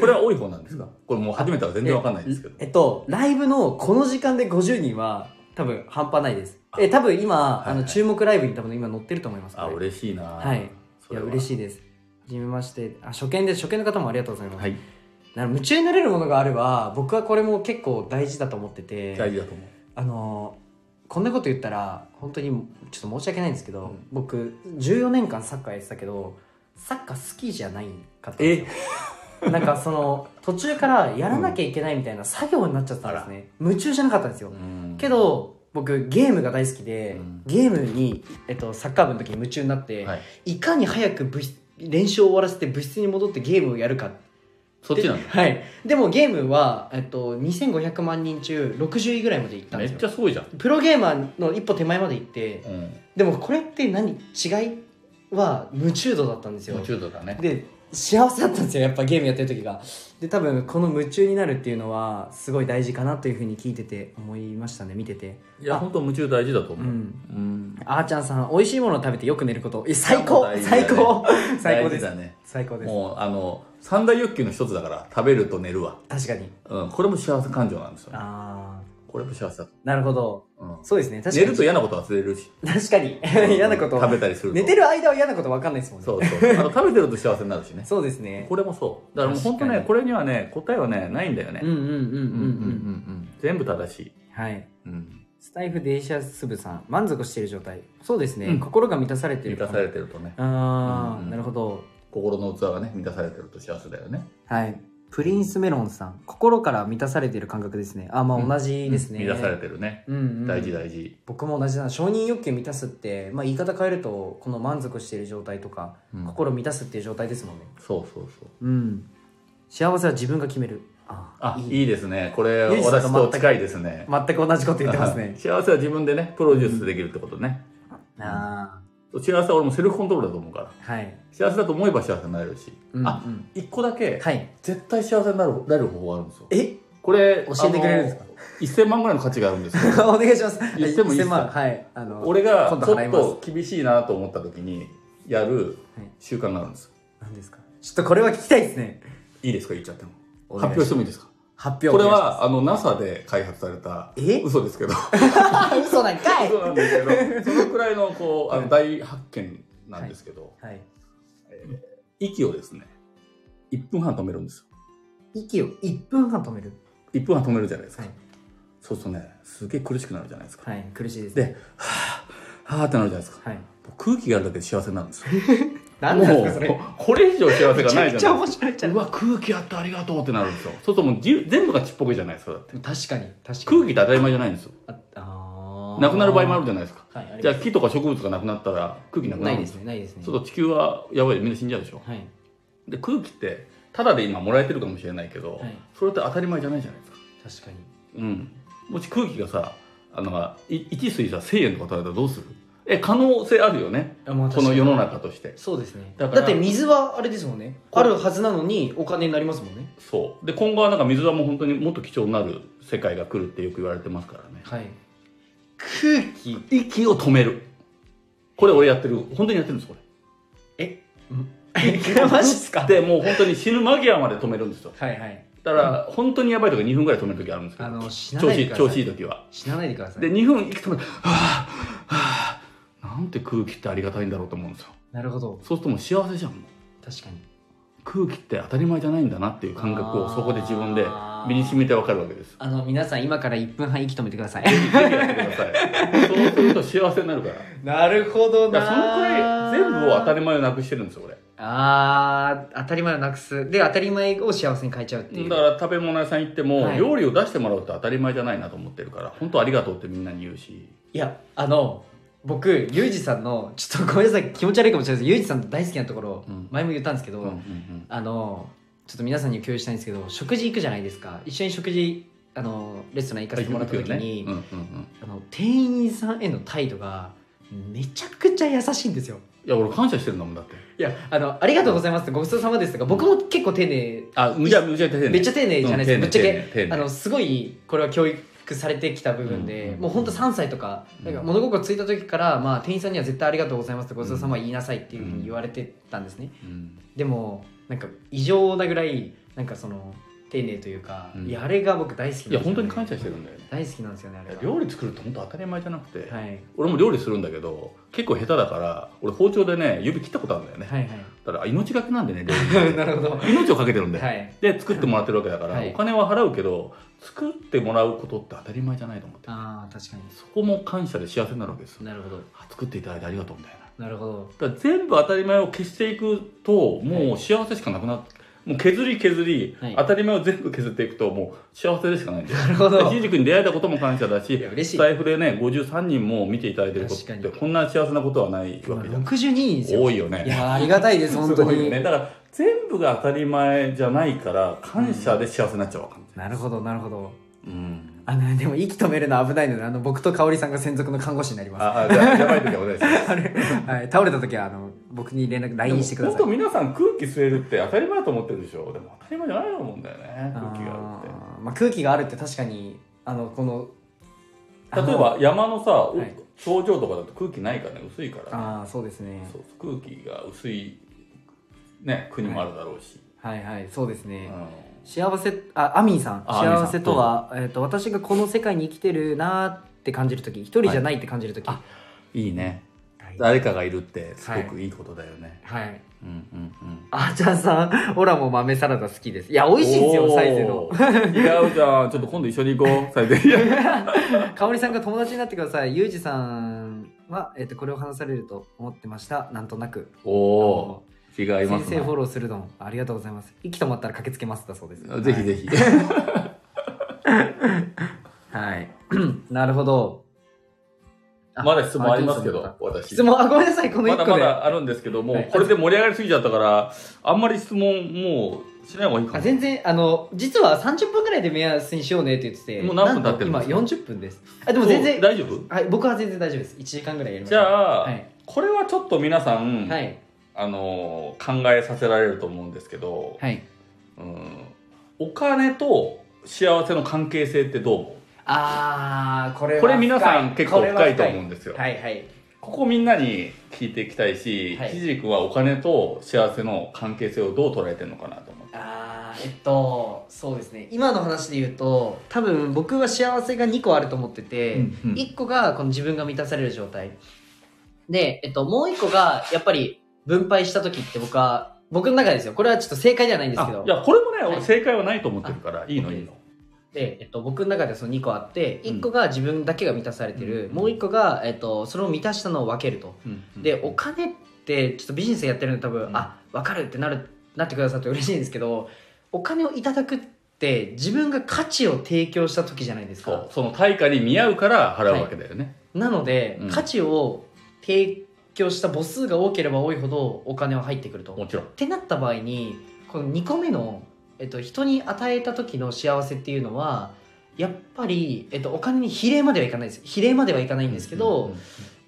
S2: れは多い方なんですかこれもう初めては全然わかんないですけど
S1: えっとライブのこの時間で50人は多分半端ないです。え多分今、
S2: はい
S1: あの注目ライブに多分今載ってると思います。
S2: あ
S1: これ
S2: 嬉しいな
S1: はい。いや嬉しいです。はじめまして。あ初見です。初見の方もありがとうございます。
S2: はい
S1: な夢中になれるものがあれば僕はこれも結構大事だと思ってて
S2: 大事だと思う
S1: あのこんなこと言ったら本当にちょっと申し訳ないんですけど、
S2: うん
S1: 僕14年間サッカーやってたけどサッカー好きじゃないかったんですよなんかその途中からやらなきゃいけないみたいな作業になっちゃったんですね、夢中じゃなかったんですよ、けど僕ゲームが大好きで、
S2: うん
S1: ゲームに、えっと、サッカー部の時に夢中になって、
S2: はい
S1: いかに早く部室練習を終わらせて部室に戻ってゲームをやるか
S2: そっちなの
S1: ではいでもゲームは、えっと、2500万人中60位ぐらいまで行ったん
S2: め
S1: です
S2: っ
S1: よ
S2: ちゃすごいじゃん、
S1: プロゲーマーの一歩手前まで行って
S2: うん、
S1: でもこれって何違いは夢中度だったんですよ
S2: 夢中度だね
S1: で幸せだったんですよやっぱゲームやってる時がで多分この夢中になるっていうのはすごい大事かなというふうに聞いてて思いましたね見てて
S2: いや
S1: あ
S2: 本当夢中大事だと思
S1: う
S2: う、
S1: ん
S2: うん
S1: あーちゃんさん美味しいものを食べてよく寝ることえ最高、
S2: 大事だ
S1: 最
S2: ね
S1: 高最高で
S2: 大事
S1: す、
S2: だね
S1: 最高です
S2: もうあの三大欲求の一つだから食べると寝るわ、
S1: 確かに
S2: うん、これも幸せ感情なんですよね
S1: あ
S2: これも幸せだと、
S1: ーなるほど
S2: うん、
S1: そうですね確か
S2: 寝
S1: に
S2: ると嫌なこと忘れるし
S1: 確かに <laughs> 嫌なこと
S2: 食べたりすると
S1: 寝てる間は嫌なこと分かんないですもんねそう
S2: そうそうあの食べてると幸せになるしね
S1: ですね
S2: これもそうだからもう本当
S1: 確か
S2: ね
S1: に
S2: これにはね答えはねないんだよね
S1: うんうんうんうんうん
S2: うんうんうんうん全部正しい、
S1: はい
S2: うん、
S1: スタイフデイシャスブさん満足している状態そうですね、
S2: うん
S1: 心が満たされてる
S2: 満たされてるとね
S1: ああ、
S2: うんうん
S1: なるほど
S2: 心の器がね満たされてると幸せだよね
S1: はいプリンスメロンさん心から満たされてる感覚ですねあま
S2: う
S1: あ
S2: ん
S1: 同じですね、
S2: うん満たされてるね
S1: うんうん
S2: 大事大事、
S1: 僕も同じだな承認欲求満たすって、まあ、言い方変えるとこの満足している状態とか、
S2: うん
S1: 心満たすっていう状態ですもんね
S2: そうそうそう
S1: うん幸せは自分が決めるあ
S2: あいい
S1: い
S2: ですねこれ
S1: ユージさんと
S2: 私と近いですね
S1: 全く同じこと言ってますね
S2: <laughs> 幸せは自分でねプロデュースできるってことね、
S1: あ
S2: 幸せは俺もセルフコントロールだと思うから
S1: あはい、
S2: 幸せだと思えば幸せになれるし、
S1: うん
S2: あ
S1: うん
S2: 一個だけ
S1: はい
S2: 絶対幸せになるなる方法があるんですよ
S1: え
S2: これ
S1: 教えてくれるんですか
S2: あの1000万ぐらいの価値があるんですよ
S1: <laughs> お願いします
S2: 言ってもいいですか
S1: 1000万はいあの
S2: 俺が
S1: 今
S2: ち
S1: 度
S2: ょ
S1: 払い
S2: っ
S1: ます
S2: と厳しいなと思った時にやる
S1: はい
S2: 習慣があるんですよ
S1: 何ですかちょっとこれは聞きたいですね
S2: いいですか言っちゃっても
S1: お願い
S2: 発
S1: します
S2: 表してもいいですか
S1: 発表
S2: これ
S1: お願いします
S2: はあの NASA で開発された
S1: え
S2: 嘘ですけど
S1: あ <laughs> 嘘なんかい
S2: 嘘なんですけどそのくらいのこうあの大発見なんですけど、
S1: はい
S2: 息をですね1分半止めるんですよ
S1: 息を1分半止める
S2: 1分半止めるじゃないですか、
S1: はい
S2: そうするとねすげえ苦しくなるじゃないですか、
S1: はい苦しいですね
S2: ではあはあってなるじゃないですか
S1: はい
S2: 空気があるだけで幸せになるんですよ
S1: 何なんですかそ
S2: も
S1: れ
S2: うここれ以上幸せ
S1: め
S2: が
S1: ち
S2: な
S1: ゃ
S2: い
S1: く
S2: じ
S1: ち
S2: ゃ
S1: ゃ
S2: ない
S1: 面白いじゃん
S2: うわ空気あってありがとうってなるんですよそうするともうじ全部がちっぽけじゃないですかだって
S1: 確かに確かに
S2: 空気って当たり前じゃないんですよ
S1: ああー
S2: なくなる場合もあるじゃないですか
S1: はいあり
S2: じゃあ
S1: ます
S2: 木とか植物がなくなったら空気なくな
S1: ない
S2: るん
S1: で
S2: です
S1: す
S2: よ
S1: ねないですね
S2: そうすると地球はやばいみんな死んじゃうでしょ
S1: はい
S2: で空気ってただで今もらえてるかもしれないけど、
S1: はい
S2: それって当たり前じゃないじゃないですか
S1: 確かに
S2: うんもし空気がさあのい一水さ1000円とか与えたらどうするえ可能性あるよね
S1: あまあ
S2: この
S1: 確かに
S2: 世の中として
S1: そうですねだ
S2: だから
S1: って水はあれですもんね
S2: こ
S1: あ
S2: う
S1: るはずなのにお金になりますもんね
S2: そうで今後はなんか水はもう本当にもっと貴重になる世界が来るってよく言われてますからね
S1: はい空気
S2: 息を止めるこれ俺やってる本当にやってるんですこ
S1: え
S2: れ
S1: <laughs> マジっすか
S2: でもう本当に死ぬ間際まで止めるんですよ
S1: はいはい
S2: だから本当にやばいとか2分ぐらい止める時あるんですけ
S1: あ
S2: ど
S1: の死な
S2: 調
S1: な
S2: 子い
S1: い
S2: い
S1: でく
S2: 調
S1: だ
S2: 子
S1: さ
S2: い
S1: い
S2: い時は
S1: 死なないでください
S2: で2分息止めるはあはあなんて空気ってありがたいんだろうと思うんですよ
S1: なるほど
S2: そうするともう幸せじゃんもう
S1: 確かに
S2: 空気って当たり前じゃないんだなっていう感覚をそこで自分で身にしめてわかるわけです
S1: あの皆さん今から1分半息止めてください
S2: ぜひやってくださいそうすると幸せになるから
S1: <laughs> なるほど
S2: だからそのくらい全部を当た
S1: り
S2: り前をなくしてるんですよ俺
S1: あー当たり前をなくすで当たり前を幸せに変えちゃうっていう
S2: だから食べ物屋さん行っても、
S1: はい
S2: 料理を出してもらうって当たり前じゃないなと思ってるから本当ありがとうってみんなに言うし
S1: いやあの僕ユージさんのちょっとごめんなさい気持ち悪いかもしれないですユージさんの大好きなところ、
S2: うん
S1: 前も言ったんですけど、
S2: うんうんうん
S1: あのちょっと皆さんに共有したいんですけど食事行くじゃないですか一緒に食事あのレストラン行かせてもらった時に、
S2: うんうんうん
S1: あの店員さんへの態度がめちゃくちゃ優しいんですよ
S2: いや俺感謝してるんだもんだって
S1: いやあのありがとうございますごちそうさまですとか僕も結構丁寧
S2: あむちゃむちゃ丁寧
S1: めっちゃ丁寧じゃないですか、
S2: うん
S1: ぶっち
S2: 丁
S1: ゃけ
S2: 寧丁寧丁寧
S1: あのすごいこれは教育されてきた部分で、
S2: うんうん
S1: もうほんと3歳とか,、
S2: うん
S1: なんか物心ついた時から、まあ、店員さんには絶対ありがとうございますとごちそうさま言いなさいっていうふうに言われてたんですね、
S2: うん
S1: でもなんか異常なぐらいなんかその丁寧というか、
S2: うん
S1: いやあれが僕大好きなんです
S2: いや
S1: よ、ね、
S2: 本当に感謝してるんだよね
S1: 大好きなんですよねあ
S2: いや
S1: れが
S2: 料理作るって本当当たり前じゃなくて、
S1: はい、
S2: 俺も料理するんだけど結構下手だから俺包丁でね指切ったことあるんだよね、
S1: はい
S2: だから命がけなんでね料
S1: は
S2: 理
S1: い <laughs> なるほど
S2: 命をかけてるんで、
S1: はい
S2: で作ってもらってるわけだから、
S1: はい
S2: お金は払うけど作ってもらうことって当たり前じゃないと思って
S1: ああ確かに
S2: そこも感謝で幸せになるわけですよ
S1: なるほど
S2: あ作っていただいてありがとうみたいな
S1: なるほど
S2: だから全部当たり前を消していくともう幸せしかなくなって、もう削り削り、
S1: はい
S2: 当たり前を全部削っていくともう幸せでしかないんだよ
S1: なるほど
S2: ひじくに出会えたことも感謝だし
S1: いや嬉しい
S2: スタイフでね53人も見ていただいてること
S1: 確
S2: っ
S1: かに
S2: てこんな幸せなことはないわけじゃん
S1: 62人ですよ
S2: 多いよ
S1: い
S2: ね <laughs>
S1: やあありがたいです本当
S2: すごい
S1: に
S2: よねだから全部が当たり前じゃないから感謝で幸せになっちゃうわかんない、
S1: なるほどなるほど
S2: うん、
S1: あのでも息止めるの危ないのであの僕と香織さんが専属の看護師になり
S2: <laughs>
S1: ます
S2: ああじゃあやばい時はお願いします
S1: あれ、はい、倒れた時はあの僕に連絡 LINE してください
S2: でも本当皆さん空気吸えるって当たり前だと思ってるでしょでも当たり前じゃないと思うんだよね空気があるって
S1: あーまあ、空気があるって確かにあのこのあの
S2: 例えば山のさ、お
S1: はい
S2: 頂上とかだと空気ないからね薄いからね、
S1: ああそうですね
S2: そうそう空気が薄い、ね、国もあるだろうし、
S1: はいはいそうですね、
S2: うん
S1: 幸せあアミンさん
S2: あアミンさん
S1: 幸せとは、えっと私がこの世界に生きてるなーって感じる時一人じゃないって感じる時、
S2: はいいね
S1: はい
S2: 誰かがいるってすごくいいことだよね、
S1: はい
S2: うんうんうん
S1: あちゃんさんオラも豆サラダ好きですいや美味しいですよ
S2: おー
S1: サイゼの <laughs>
S2: 違うじゃんちょっと今度一緒に行こうサイゼリア
S1: 香織さんが友達になってくださいゆうじさんは、えっとこれを話されると思ってましたなんとなく
S2: おおー違いま
S1: 先
S2: す
S1: 生
S2: ね
S1: フォローするのありがとうございます息止まったら駆けつけますだそうです
S2: ぜひぜひ
S1: ひはい <clears throat> なるほどあ
S2: まだ質問ありますけ
S1: あ
S2: ど私
S1: 質問あごめんなさいこの
S2: ま
S1: 1個
S2: だ
S1: で、
S2: まだあるんですけども、
S1: はい
S2: これで盛り上がりすぎちゃったから、あんまり質問もうしない方がいいか
S1: あ
S2: な。
S1: 全然あの実は30分ぐらいで目安にしようねって言ってて
S2: もう何分経ってるん
S1: な
S2: です
S1: と
S2: か
S1: 今40分ですあでも全
S2: そう
S1: 然
S2: 大丈夫
S1: はい僕は全然大丈夫です1時間ぐらいやりまし
S2: じ
S1: た
S2: ゃあ、
S1: はい、
S2: これはちょっと皆さん、
S1: はい
S2: あのー考えさせられると思うんですけど、
S1: はい、
S2: うん、お金と幸せの関係性ってどう思
S1: ああこれ
S2: う
S1: は
S2: これ皆さん結構深いと思うん
S1: で
S2: ですよ。
S1: はいはい
S2: ここみんなに聞いていきたいし、
S1: はい
S2: ひじくはお金と幸せの関係性をどう捉えてるのかなと思って。
S1: あーえっとそうですね今の話で言うと多分僕は幸せが2個あると思ってて、
S2: うんうん
S1: 1個がこの自分が満たされる状態で、えっと、もう1個がやっぱり分配した時って僕は僕の中でですよこれはちょっと正解ではないんですけ
S2: あ
S1: ど
S2: いや、これもね、
S1: はい
S2: 俺正解はないと思ってるから、いいのいいの。
S1: で、えっと、僕の中でその2個あって
S2: うん
S1: 1個が自分だけが満たされてる、
S2: うん
S1: もう1個が、えっと、それを満たしたのを分けると
S2: うんうん
S1: でお金ってちょっとビジネスやってるんで多分、
S2: うん
S1: あ分かるってなるなってくださると嬉しいんですけどお金をいただくって自分が価値を提供した時じゃないです
S2: そう
S1: か
S2: その対価に見合うから払うわけだよね、
S1: なので、
S2: うん
S1: 価値を提供した母数が多ければ多いほどお金は入ってくると
S2: もちろん
S1: ってなった場合にこの2個目の、えっと、人に与えた時の幸せっていうのはやっぱり、えっと、お金に比例まではいかないです比例まではいかないんですけど、
S2: うんうんうん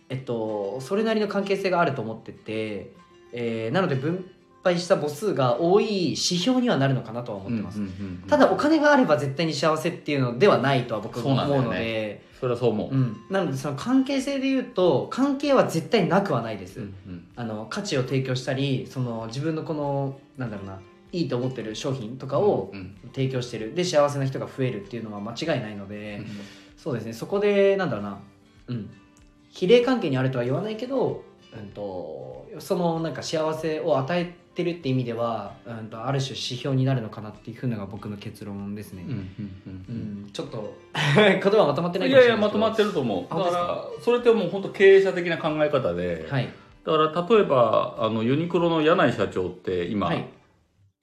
S1: えっと、それなりの関係性があると思ってて、えーなので分配した母数が多い指標にはなるのかなとは思ってます、
S2: うんうんうん
S1: ただお金があれば絶対に幸せっていうのではないとは僕は
S2: そうなんだ
S1: 思う
S2: よね
S1: ので
S2: それはそう思う、
S1: うんなのでその関係性で言うと関係は絶対なくはないです、
S2: うんうん
S1: あの価値を提供したりその自分のこのなんだろうないいと思ってる商品とかを
S2: うん
S1: 提供してるで幸せな人が増えるっていうのは間違いないので、
S2: うん
S1: そうですねそこでなんだろうなうん比例関係にあるとは言わないけど、うん、とそのなんか幸せを与えてるって意味では、うん、とある種指標になるのかなっていうふうのが僕の結論ですね
S2: うんう、んう
S1: うんんちょっと <laughs> 言葉はまとまってない
S2: い
S1: かもし
S2: やい
S1: れない
S2: やまとまって
S1: る
S2: ると思う
S1: あ
S2: だ
S1: 本当で
S2: か
S1: す
S2: らそれってもう本当経営者的な考え方で、
S1: はい
S2: だから例えばあのユニクロの柳井社長って今、
S1: はい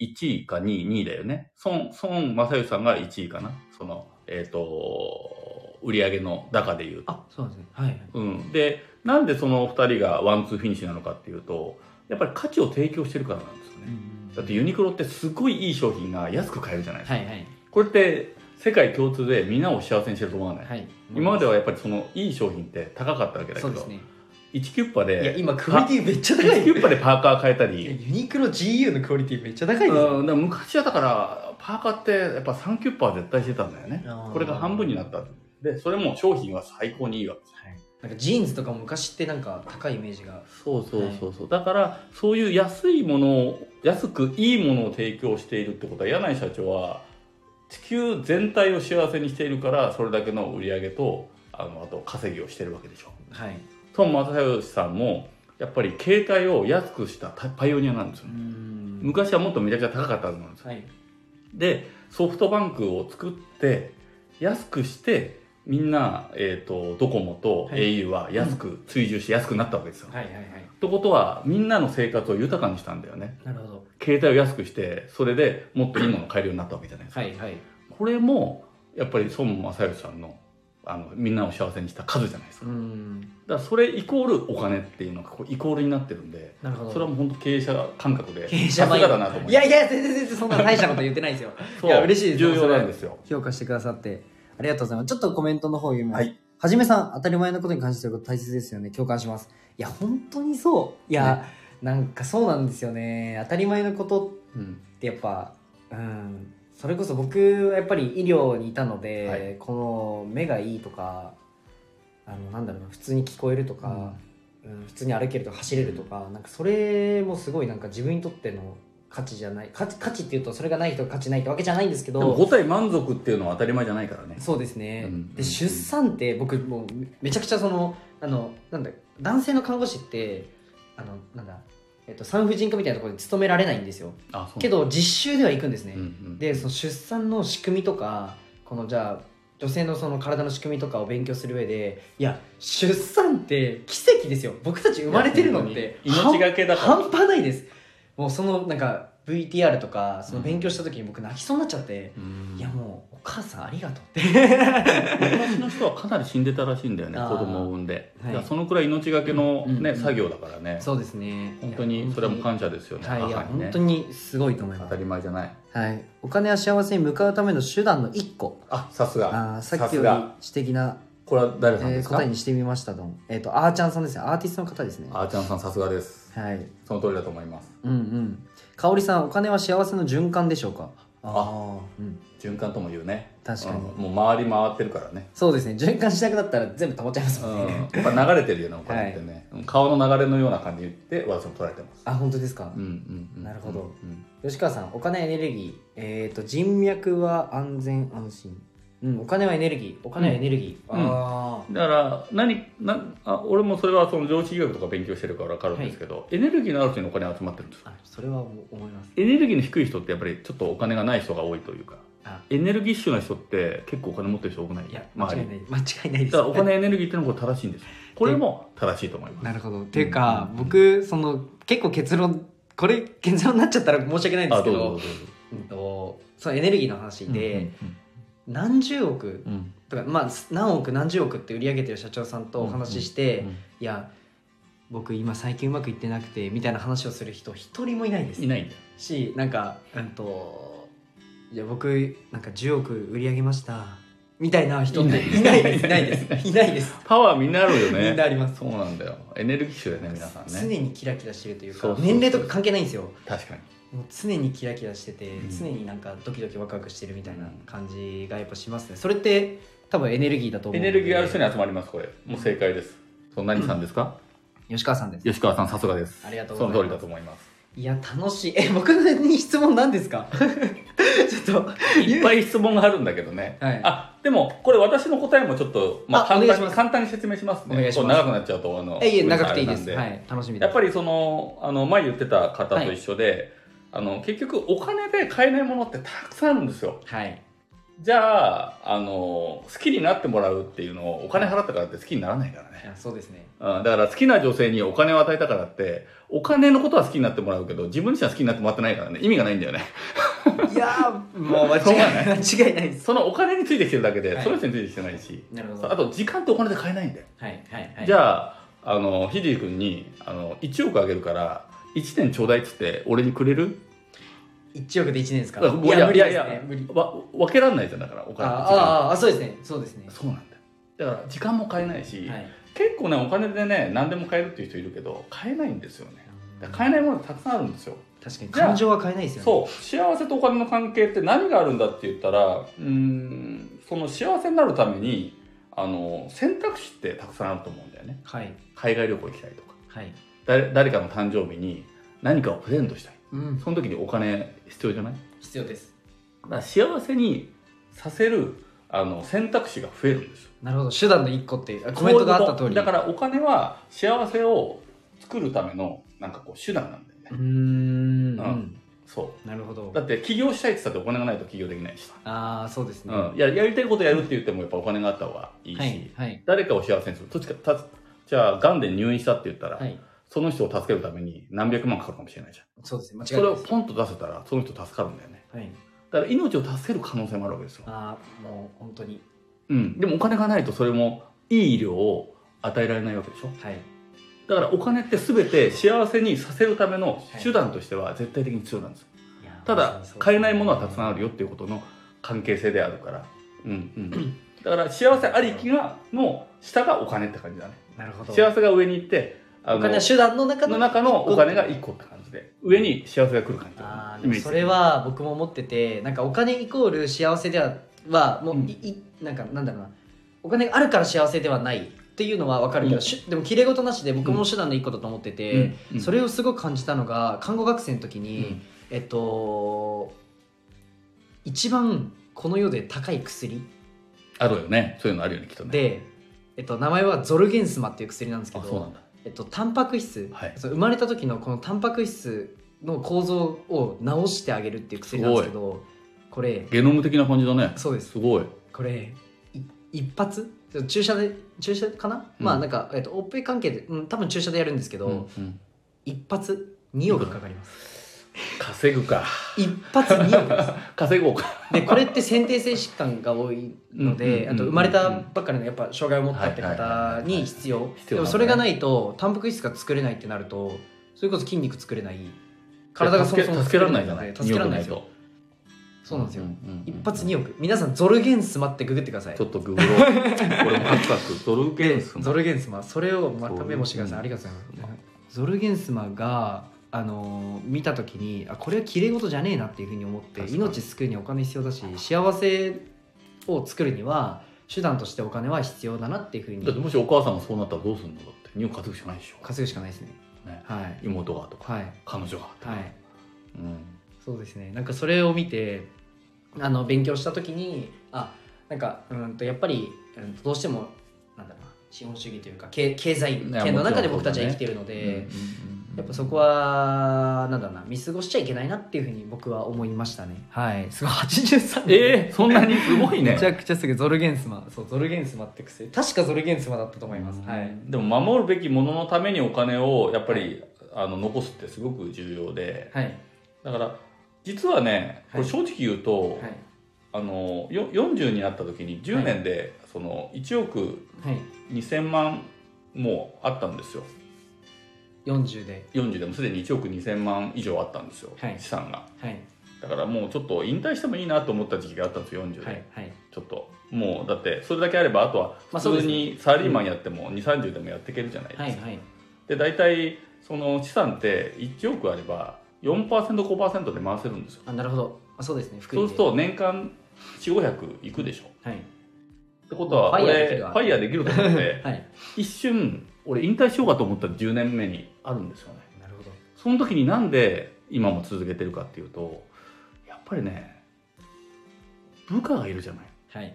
S2: 1位か2位2位だよね孫孫正義さんが1位かなそのえっ、と売上の高でいうと
S1: あそうなんですねはい
S2: うん、でなんでその2人がワンツーフィニッシュなのかっていうとやっぱり価値を提供してるからなんですよね、だってユニクロってすごいいい商品が安く買えるじゃないですか、
S1: はいはい
S2: これって世界共通でみんなを幸せにしてると思わない、
S1: はい
S2: 今まで
S1: は
S2: はやっぱりそのいい商品って高かったわけだけ
S1: そ
S2: ど、
S1: うですね
S2: 1キュッパ
S1: いや
S2: で
S1: 今クオリティめっちゃ高
S2: 1
S1: い
S2: キュッパでパーカー買えた
S1: いや
S2: り、
S1: ユニクロ GU のクオリティめっちゃ高いですよ
S2: うん、だから昔はだからパーカーってやっぱ3キュッパは絶対してたんだよね
S1: あー
S2: これが半分になったでそれも商品は最高にいいわけ
S1: なんかジーンズとかも昔ってなんか高いイメージが
S2: そうそうそうそう、だからそういう安いものを安くいいものを提供しているってことは柳井社長は地球全体を幸せにしているからそれだけの売り上げとあのあと稼ぎをしてるわけでしょ
S1: はい
S2: 孫正義さんもやっぱり携帯を安くしたパパイオニアなんですよね
S1: ん
S2: 昔はもっとめちゃくちゃ高かったはずなんですよ
S1: はい
S2: でソフトバンクを作って安くしてみんな、えー、とドコモと
S1: はい
S2: au は安く追従して安くなったわけですよ、
S1: はいはいはい
S2: ってことはみんなの生活を豊かにしたんだよね
S1: なるほど
S2: 携帯を安くしてそれでもっといいものを買えるようになったわけじゃないですか、
S1: はいはい
S2: これもやっぱり孫正義さんのあのみんなを幸せにした数じゃないですか,、
S1: うん
S2: だからそれイコールお金っていうのがこうイコールになってるんで
S1: なるほど
S2: それはもう本当経営者感覚で
S1: 経営者
S2: さ
S1: マイン
S2: す
S1: ド
S2: がだなと思
S1: いやいや全然全然そんな大したこと言ってないですよ
S2: そう
S1: いや嬉しいです
S2: 重要なんですよ
S1: <laughs> 評価してくださってありがとうございますちょっとコメントの方読みます、は
S2: は
S1: い、じめさん当たり前のことに関してること大切ですよね共感しますいや本当にそういや、なんかそうなんですよね当たり前のことっ
S2: うん
S1: ってやっぱうんそれこそ僕はやっぱり医療にいたので、
S2: はい
S1: この目がいいとかあのなんだろうな普通に聞こえるとか、うん普通に歩けるとか走れるとか、なんかそれもすごいなんか自分にとっての価値じゃない価値価値っていうとそれがない人が価値ないってわけじゃないんですけ
S2: でも
S1: ど
S2: 5体満足っていうのは当たり前じゃないからね
S1: そうですね、
S2: うん
S1: で出産って僕もうめちゃくちゃそのあのなんだ男性の看護師ってあのなんだ、えっと、産婦人科みたいなところに勤められないんですよ
S2: あそう
S1: けど実習では行くんですね、
S2: うんうん
S1: でその出産の仕組みとかこのじゃあ女性のその体の仕組みとかを勉強する上でいや出産って奇跡ですよ僕たち生まれてるのっ
S2: いや
S1: て
S2: 本当に命がけだから
S1: 半半端ないですもうそのなんか VTR とかその勉強した時に僕泣きそうになっちゃって、
S2: うん
S1: いやもうお母さんありがと
S2: <laughs>
S1: うって
S2: 昔の人はかなり死んでたらしいんだよね
S1: あー
S2: 子供を産んで、
S1: はい
S2: いやそのくらい命がけの、
S1: うんうん
S2: ね
S1: うん
S2: 作業だからね
S1: そうですね
S2: 本当にそれはもう
S1: 感
S2: 感謝ですよね
S1: 謝はいいや
S2: 母にね
S1: 本当にすごいと思い
S2: 当
S1: ま
S2: た
S1: す、
S2: り前じゃない
S1: はい、お金は幸せに向かうための手段の一個
S2: あさす
S1: あ
S2: が
S1: ーさっ
S2: さ
S1: き
S2: す
S1: よ
S2: が
S1: り私的な
S2: これは誰さん
S1: え
S2: で
S1: ー
S2: すか、
S1: 答えにしてみましたと。えっ、と、あーちゃんさんですね。アーティストの方ですね。
S2: あーちゃんさんさすがです
S1: はい。
S2: その通りだと思います
S1: うんうん。かおりさん、お金は幸せの循環でしょうか
S2: あ
S1: あ。うん。
S2: 循環とも言うね
S1: 確かに
S2: うんもう回り回ってるからね
S1: そうですね。循環しなくなったら全部溜まっちゃいます
S2: う
S1: も
S2: ん
S1: んね。
S2: やっぱ流れてるよねお金ってね、うん川の流れのような感じで私も捉えてます
S1: あ、本当ですか、
S2: うんうんうん
S1: なるほど
S2: うん
S1: 吉川さん、お金はエネルギー。えっ、と、人脈は安全安心。うん、お金はエネルギー。お金はエネルギー。
S2: うんうん
S1: あ
S2: だから何なあ俺もそれはその量子医学とか勉強してるから分かるんですけど、エネルギーのある人にお金が集まってるんです
S1: あ。あ、それは思思います。
S2: エネルギーの低い人ってやっぱりちょっとお金がない人が多いというか
S1: あ、
S2: エネルギッシュな人って結構お金持ってる人多くない
S1: いや、間
S2: 周
S1: 違
S2: り
S1: いない。間違いないです
S2: だか。らお金エネルギーってのはこれ正しいんですよこれも正しいと思います
S1: なるほど。っていうか、
S2: うん
S1: 僕、その、結構結論、これ結論になっちゃったら申し訳ないんです
S2: あ
S1: け
S2: どう
S1: ど、
S2: ぞどうぞ
S1: うんとそのエネルギーの話
S2: どうぞ
S1: で、何十億
S2: うんうん
S1: とか、まあ、何億何十億って売り上げてる社長さんとお話しして、
S2: うん
S1: いや僕今最近うまくいってなくてみたいな話をする人一人もいないです
S2: いないんだよ
S1: しなんかうんといや僕なんか10億売り上げましたみたいな人ってい
S2: い
S1: な
S2: ないい
S1: ですいないですいないです
S2: パワーみんなあるよ <laughs> ね
S1: みんなあります
S2: そうなんだよエネルギッシュだよね皆さん
S1: 常
S2: ね
S1: にキラキラしてるというか
S2: そうそうそう
S1: 年齢とか関係ないんですよ
S2: 確かに
S1: もう常にキラキラしてて、
S2: うん
S1: 常になんかドキドキワクワクしてるみたいな感じがやっぱしますねそれって多分エネルギーだと思
S2: エ
S1: うので
S2: ネルギーある人に集まりますこれもう正解ですそう何さんですか
S1: 吉川さんです
S2: 吉川さんさすがです
S1: ありがとうご
S2: そ
S1: ざい
S2: の
S1: ます
S2: 通りだと思います
S1: いや楽しいえ僕に質問なんですか <laughs> ちょっと
S2: いっぱい質問があるんだけどね、
S1: はい
S2: あでもこれ私の答えもちょっと、まあ、
S1: あ
S2: 簡
S1: お願い
S2: 単
S1: しま
S2: に
S1: す
S2: 簡単に説明しますね
S1: お願いします
S2: こう長くなっちゃうとあの
S1: えいえ
S2: ごめんな
S1: 長
S2: さ
S1: くていいです
S2: あれな
S1: は
S2: ん
S1: い楽しみです
S2: やっぱりそのあの前言ってた方と一緒で、あの結局お金で買えないものってたくさんあるんですよ
S1: はい
S2: じゃああの好きになってもらうっていうのをお金払ったからって好きにならないから
S1: い
S2: ね、
S1: やそうです
S2: <laughs>
S1: ね
S2: うん、だから好きな女性にお金を与えたからってお金のことは好きになってもらうけど自分自身は好きになってもらってないからね意味がないんだよね
S1: いやーもう間違いない間違いないです
S2: そのお金についてきてるだけで、
S1: はい
S2: その人についてきてないし
S1: なるほど
S2: あと時間ってお金で買えないんだよ、
S1: はいはいはい
S2: じ
S1: ゃ
S2: ゃああのひじり君にあの1億あげるから1年ちょうだいっつって俺にくれる
S1: 1億で1年ですか
S2: だから
S1: いや無理ですね無理
S2: わ分けらんないじゃんだからお
S1: あ
S2: 金と時間
S1: ああそうですねそうですね
S2: そうなんだよだから時間も買えないし、
S1: はい
S2: 結構ねお金でね何でも買えるっていう人いるけど買えないんですよねだから買えないものってたくさんあるんですよ
S1: 確かに
S2: じゃあ
S1: 感情は変えないですよね
S2: そう幸せとお金の関係って何があるんだって言ったらうーんその幸せになるためにあの選択肢ってたくさんあると思うんだよね
S1: はい
S2: 海外旅行行きたいとか
S1: はい
S2: 誰誰かの誕生日に何かをプレゼントしたい
S1: うん
S2: その時にお金必要じゃない
S1: 必要です
S2: だから幸せにさせるあの選択肢が増えるんですよ
S1: なるほど手段の一個ってあコメントがあった
S2: こう
S1: 通
S2: いうこと
S1: り
S2: だからお金は幸せを作るためのなんかこう手段なんだよね、
S1: うーん
S2: うんそ
S1: なるほど
S2: うだって起業したいって言ったってお金がないと起業できないし
S1: ああそうですね、
S2: うん、ややりたいことやるって言ってもやっぱお金があった方がいいし、
S1: はいはい
S2: 誰かを幸せにするどっちかたじゃあがんで入院したって言ったら、
S1: はい
S2: その人を助けるために何百万かかるかもしれないじゃん
S1: そうですね間違
S2: そ
S1: い
S2: れ
S1: ない
S2: を
S1: です
S2: ポンと出せたらその人助かるんだよね
S1: はい
S2: だから命を助ける可能性もあるわけですよ、
S1: ああもう本当に
S2: うん、でもお金がないとそれもいい医療を与えられないわけでしょ
S1: はい
S2: だからお金って全て幸せにさせるための手段としては絶対的に必要なんですよ
S1: いや
S2: ただ買えないものはたくさんあ
S1: る
S2: るよっていうことの関係性であるからうんうんだから幸せありきがの下がお金って感じだね
S1: なるほど
S2: 幸せが上に行ってあ
S1: お金
S2: の
S1: は手段の中
S2: の
S1: の
S2: 中のお金が1個って感じで上に幸せが来る感じ
S1: あ
S2: だ
S1: ー
S2: ね
S1: でもそれは僕も思っててなんかお金イコール幸せでははもう、
S2: うん
S1: いいなんかなんだろうなお金があるから幸せではないっていうのは分かるけど、
S2: うん
S1: しでもきれい事なしで僕も手段のいいことと思って
S2: イメー
S1: て
S2: ジ、うんうん
S1: それをすごく感じたのが看護学生の時
S2: う
S1: に、
S2: ん
S1: えっと一番この世で高い薬
S2: あるよねそういうのあるよねきっとね
S1: で、えっと、名前はゾルゲンスマっていう薬なんですけ
S2: あそうな
S1: ど、
S2: んだ
S1: えっと、タンパク質、
S2: はい
S1: その生まれた時のこのタンパク質の構造を直してあげるっていう薬なんですけどこれ
S2: ゲノム的な感じだね
S1: そうです
S2: すごい
S1: これい一発注射で注射かな、
S2: うん
S1: まあなんか、えっと、オペ関係で、うん、多分注射でやるんですけど、
S2: うんうん
S1: 一発2億かかり
S2: <laughs>
S1: ます
S2: 稼ぐか
S1: 一発2億です
S2: 稼ごうか
S1: でこれって先天性疾患が多いので、
S2: うんうんうんうん
S1: あと生まれたばっかりのやっぱ障害を持ったって
S2: はいはいはいは
S1: 方
S2: い
S1: に必要で
S2: 必要なんだね
S1: もそれがないとタンパク質が作れないってなるとそれこそ筋肉作れない体がそ
S2: 助
S1: も
S2: け
S1: そも
S2: 助けられないじゃない
S1: 助けられないです
S2: 二
S1: よ
S2: 億と
S1: そうなんですよ、
S2: うう
S1: 一発2億皆さんゾルゲンスマってググってください
S2: ちょっとグ <laughs> グろう俺もカクカクゾルゲンス
S1: ゾルゲンスマそれをまたメモしてくださいあり
S2: ゾル
S1: がとうございますゾルゲンスマがあのー見た時にあこれは綺麗事じゃねえなっていうふうに思って
S2: 確かに
S1: 命救うにはお金必要だし幸せを作るには手段としてお金は必要だなっていうふう
S2: だって
S1: に
S2: もしお母さんがそうなったらどうするのだって2億稼ぐしかないでしょ、
S1: 稼ぐしかないですね
S2: ね、
S1: はい
S2: 妹がとか
S1: はい
S2: 彼女がとか、
S1: はい
S2: うん
S1: そうですねなんかそれを見てあの勉強した時にあなんかうんとやっぱり、うん、どうしてもなんだろうな資本主義というか経経済
S2: いや
S1: 圏の中で
S2: も
S1: 僕
S2: ち
S1: た
S2: ろん
S1: ち
S2: そうだね
S1: は生きているので、
S2: うん
S1: やっぱそこはなんだろうな見過ごしちゃいけないなっていうふうに僕は思いましたねはいすごい83年
S2: えー、そんなにすごいね
S1: めちゃくちゃすごいゾルゲンスマそうゾルゲンスマって癖確かゾルゲンスマだったと思います、
S2: うん
S1: はい
S2: でも守るべきもののためにお金をやっぱり、あの残すってすごく重要で
S1: はい
S2: だから実はねこれ正直言うと、
S1: はい
S2: あのよ40になった時に10年でその1億
S1: はい
S2: 2000万もあったんですよ
S1: 40で
S2: 40でもすでに1億2000万以上あったんですよ、
S1: はい
S2: 資産が
S1: はい
S2: だからもうちょっと引退してもいいなと思った時期があったんですよ40で、
S1: はいはい
S2: ちょっともうだってそれだけあればあとは
S1: まあそう
S2: 普
S1: で
S2: 通
S1: すね
S2: にサラリーマンやっても2 3 0でもやっていけるじゃないですか、
S1: はいはい
S2: で大体その資産って1億あれば 4%5% で回せるんですよ
S1: あなるほどあそうですね福
S2: そ
S1: 利
S2: う
S1: です
S2: ると年間4500いくでしょ
S1: はい
S2: ってことは
S1: ファイヤーでき
S2: 俺
S1: る
S2: フ
S1: わ
S2: ァイヤーできると思って
S1: はい
S2: 一瞬俺引退しようかと思った10年目にあるんですよね
S1: なるほど
S2: その時になんで今も続けてるかっていうとやっぱりね部下がいるじゃない
S1: はい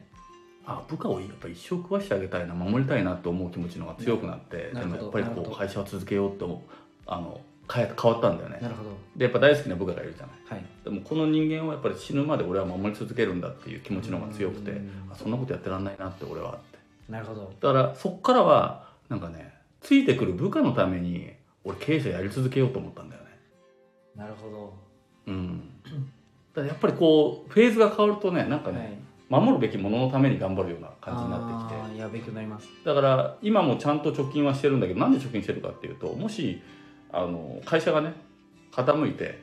S2: あ部下をやっぱ一生食わしてあげたいな守りたいなと思う気持ちの方が強くなって
S1: なるほ
S2: でもや
S1: ど
S2: っぱり
S1: なる
S2: こ
S1: ほ
S2: う
S1: ど
S2: 会社を続けようって思うあの変え変わったんだよね
S1: なるほど
S2: でやっぱ大好きな部下がいるじゃ
S1: は
S2: ない
S1: い
S2: でもこの人間をやっぱり死ぬまで俺は守り続けるんだっていう気持ちの方が強くて
S1: うん
S2: あそんなことやってらんないなって俺はって
S1: なるほど
S2: だからそっからはなんかねついてくる部下のために俺経営者やり続けようと思ったんだよね
S1: なるほど
S2: うんだからやっぱりこうフェーズが変わるとねなんか
S1: は
S2: ね、
S1: い
S2: 守るべきもののために頑張るような感じになってきて
S1: あーやべくなります
S2: だから今もちゃんと貯金はしてるんだけどなんで貯金してるかっていうともしあの会社がね傾いて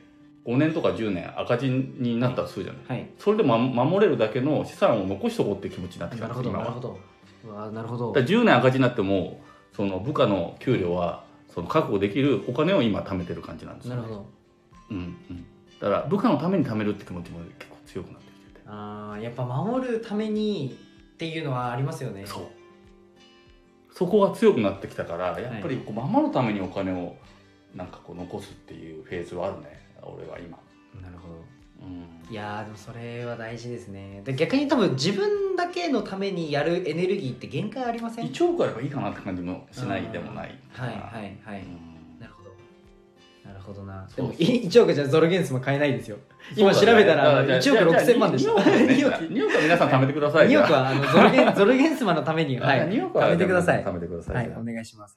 S2: 5年とか10年赤字になったらするじゃない
S1: はい
S2: それでもま守れるだけの資産を残しとこうって気持ちになってきた
S1: なんる
S2: で
S1: ほ
S2: す
S1: どな
S2: 今
S1: るほどうわー
S2: はだか
S1: なるほど
S2: ら10年赤字になってもその部下の給料はその確保できるお金を今貯めてる感じなんですよ
S1: なるほど
S2: うんうん、だから部下のために貯めるって気持ちも結構強くなってきてて
S1: あーやっぱ守るためにっていうのはありますよね
S2: そうそこが強くなってきたからやっぱりこう守るためにお金をなんかこう残すっていうフェーズはあるね俺は今、
S1: なるほど
S2: う
S1: い
S2: ん、
S1: やーでもそれは大事ですねで逆に多分自分だけのためにやるエネルギーって限界ありません
S2: 1億あればいいかなって感じもしないでもない
S1: はいはいは
S2: う
S1: い、
S2: ん
S1: なるほどなるほどな
S2: そ
S1: で
S2: う
S1: もい1億じゃゾルゲンスも買えないですよ今調べたら
S2: そうだね
S1: 1億6000万でした
S2: じゃあじゃあじゃあ
S1: 2億 <laughs>
S2: 2億は皆さん貯めてください。
S1: 2億はあのゾル
S2: <laughs>
S1: ゲンゾルゲンスマのために、
S2: じゃあ、
S1: はい、
S2: 2
S1: <laughs>
S2: 億
S1: 貯めてください
S2: 貯めてください。
S1: はい
S2: じゃあ
S1: お願いします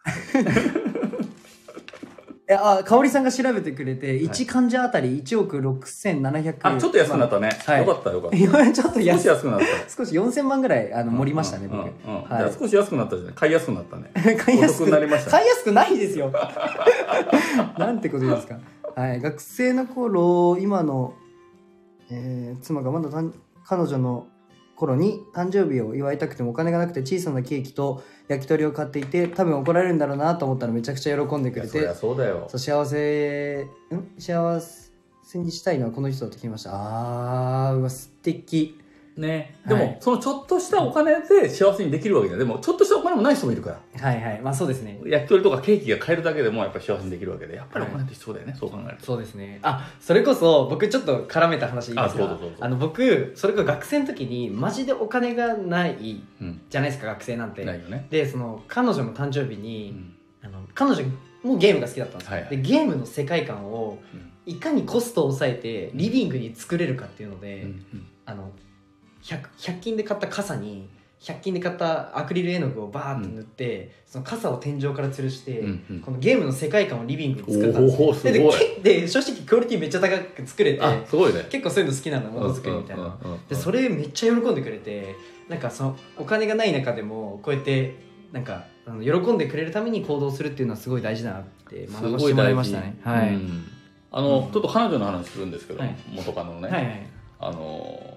S3: えあ香織さんが調べてくれて1患者あたり1億6700
S2: あ、ちょっと安くなったたね。
S3: はい
S2: よかったよかっ
S3: <laughs> ちょっと
S2: た。少
S3: 安
S2: し安くなった。
S3: 少し4000万ぐらいあの盛りましたね、
S2: うんうんうんうん
S3: 僕、
S2: じゃ
S3: は
S2: あ少し安くなったじゃない。買いやすくなったね。
S3: い買いやすく
S2: お得になりましたね
S3: 買いやすくないですよ <laughs> なんてことですか、はい、学生の頃今の、えー妻がまだ誕彼女の頃に誕生日を祝いたくてもお金がなくて小さなケーキと焼き鳥を買っていて多分怒られるんだろうなと思ったらめちゃくちゃ喜んで
S2: い
S3: く
S2: や
S3: れ
S2: そ
S3: て
S2: りゃそうだよ
S3: そ。う幸せん幸せにしたいのはこの人だと聞きましたあーうわ素敵
S2: ね。でも、
S3: はい
S2: そのちょっとしたお金で幸せにできるわけじゃない。でも、ちょっとしたお金もない人もいるから。
S1: はいはいまあそうですね
S2: 焼き鳥とかケーキが買えるだけでもやっぱり幸せにできるわけで。やっぱりお金って必要だよね。そう考えると。
S1: そうですねあそれこそ僕ちょっと絡めた話いいです
S2: あど
S1: か
S2: うぞどうぞ
S1: あの僕それこそ学生の時にマジでお金がない
S2: うん。
S1: じゃないですか学生なんて
S2: ないよね。
S1: でその彼女の誕生日
S2: う
S1: に、
S2: ん
S1: あの彼女もゲームが好きだったんですよ、
S2: はいはい
S1: でゲームの世界観をいかにコストを抑えてリビングに作れるかっていうので、あの 100, 100均で買った傘に100均で買ったアクリル絵の具をバーって塗って、その傘を天井から吊るして、
S2: うんうん
S1: このゲームの世界観をリビングに作ったんです
S2: お
S1: よ
S2: ーすご
S1: で
S2: い
S1: でで正直クオリティめっちゃ高く作れて
S2: あ、すごいね。
S1: 結構そういうの好きなのものづくりみたいな、
S2: うんうんうんうん
S1: でそれめっちゃ喜んでくれてなんかそのお金がない中でもこうやってなんかあの喜んでくれるために行動するっていうのはすごい大事だなって学ばせてもらいましたね
S2: すご
S1: はい、
S2: 大事うんあの、
S1: うん
S2: ちょっと彼女の話するんですけど、
S1: はい
S2: 元カノのね、
S1: はいはい
S2: あの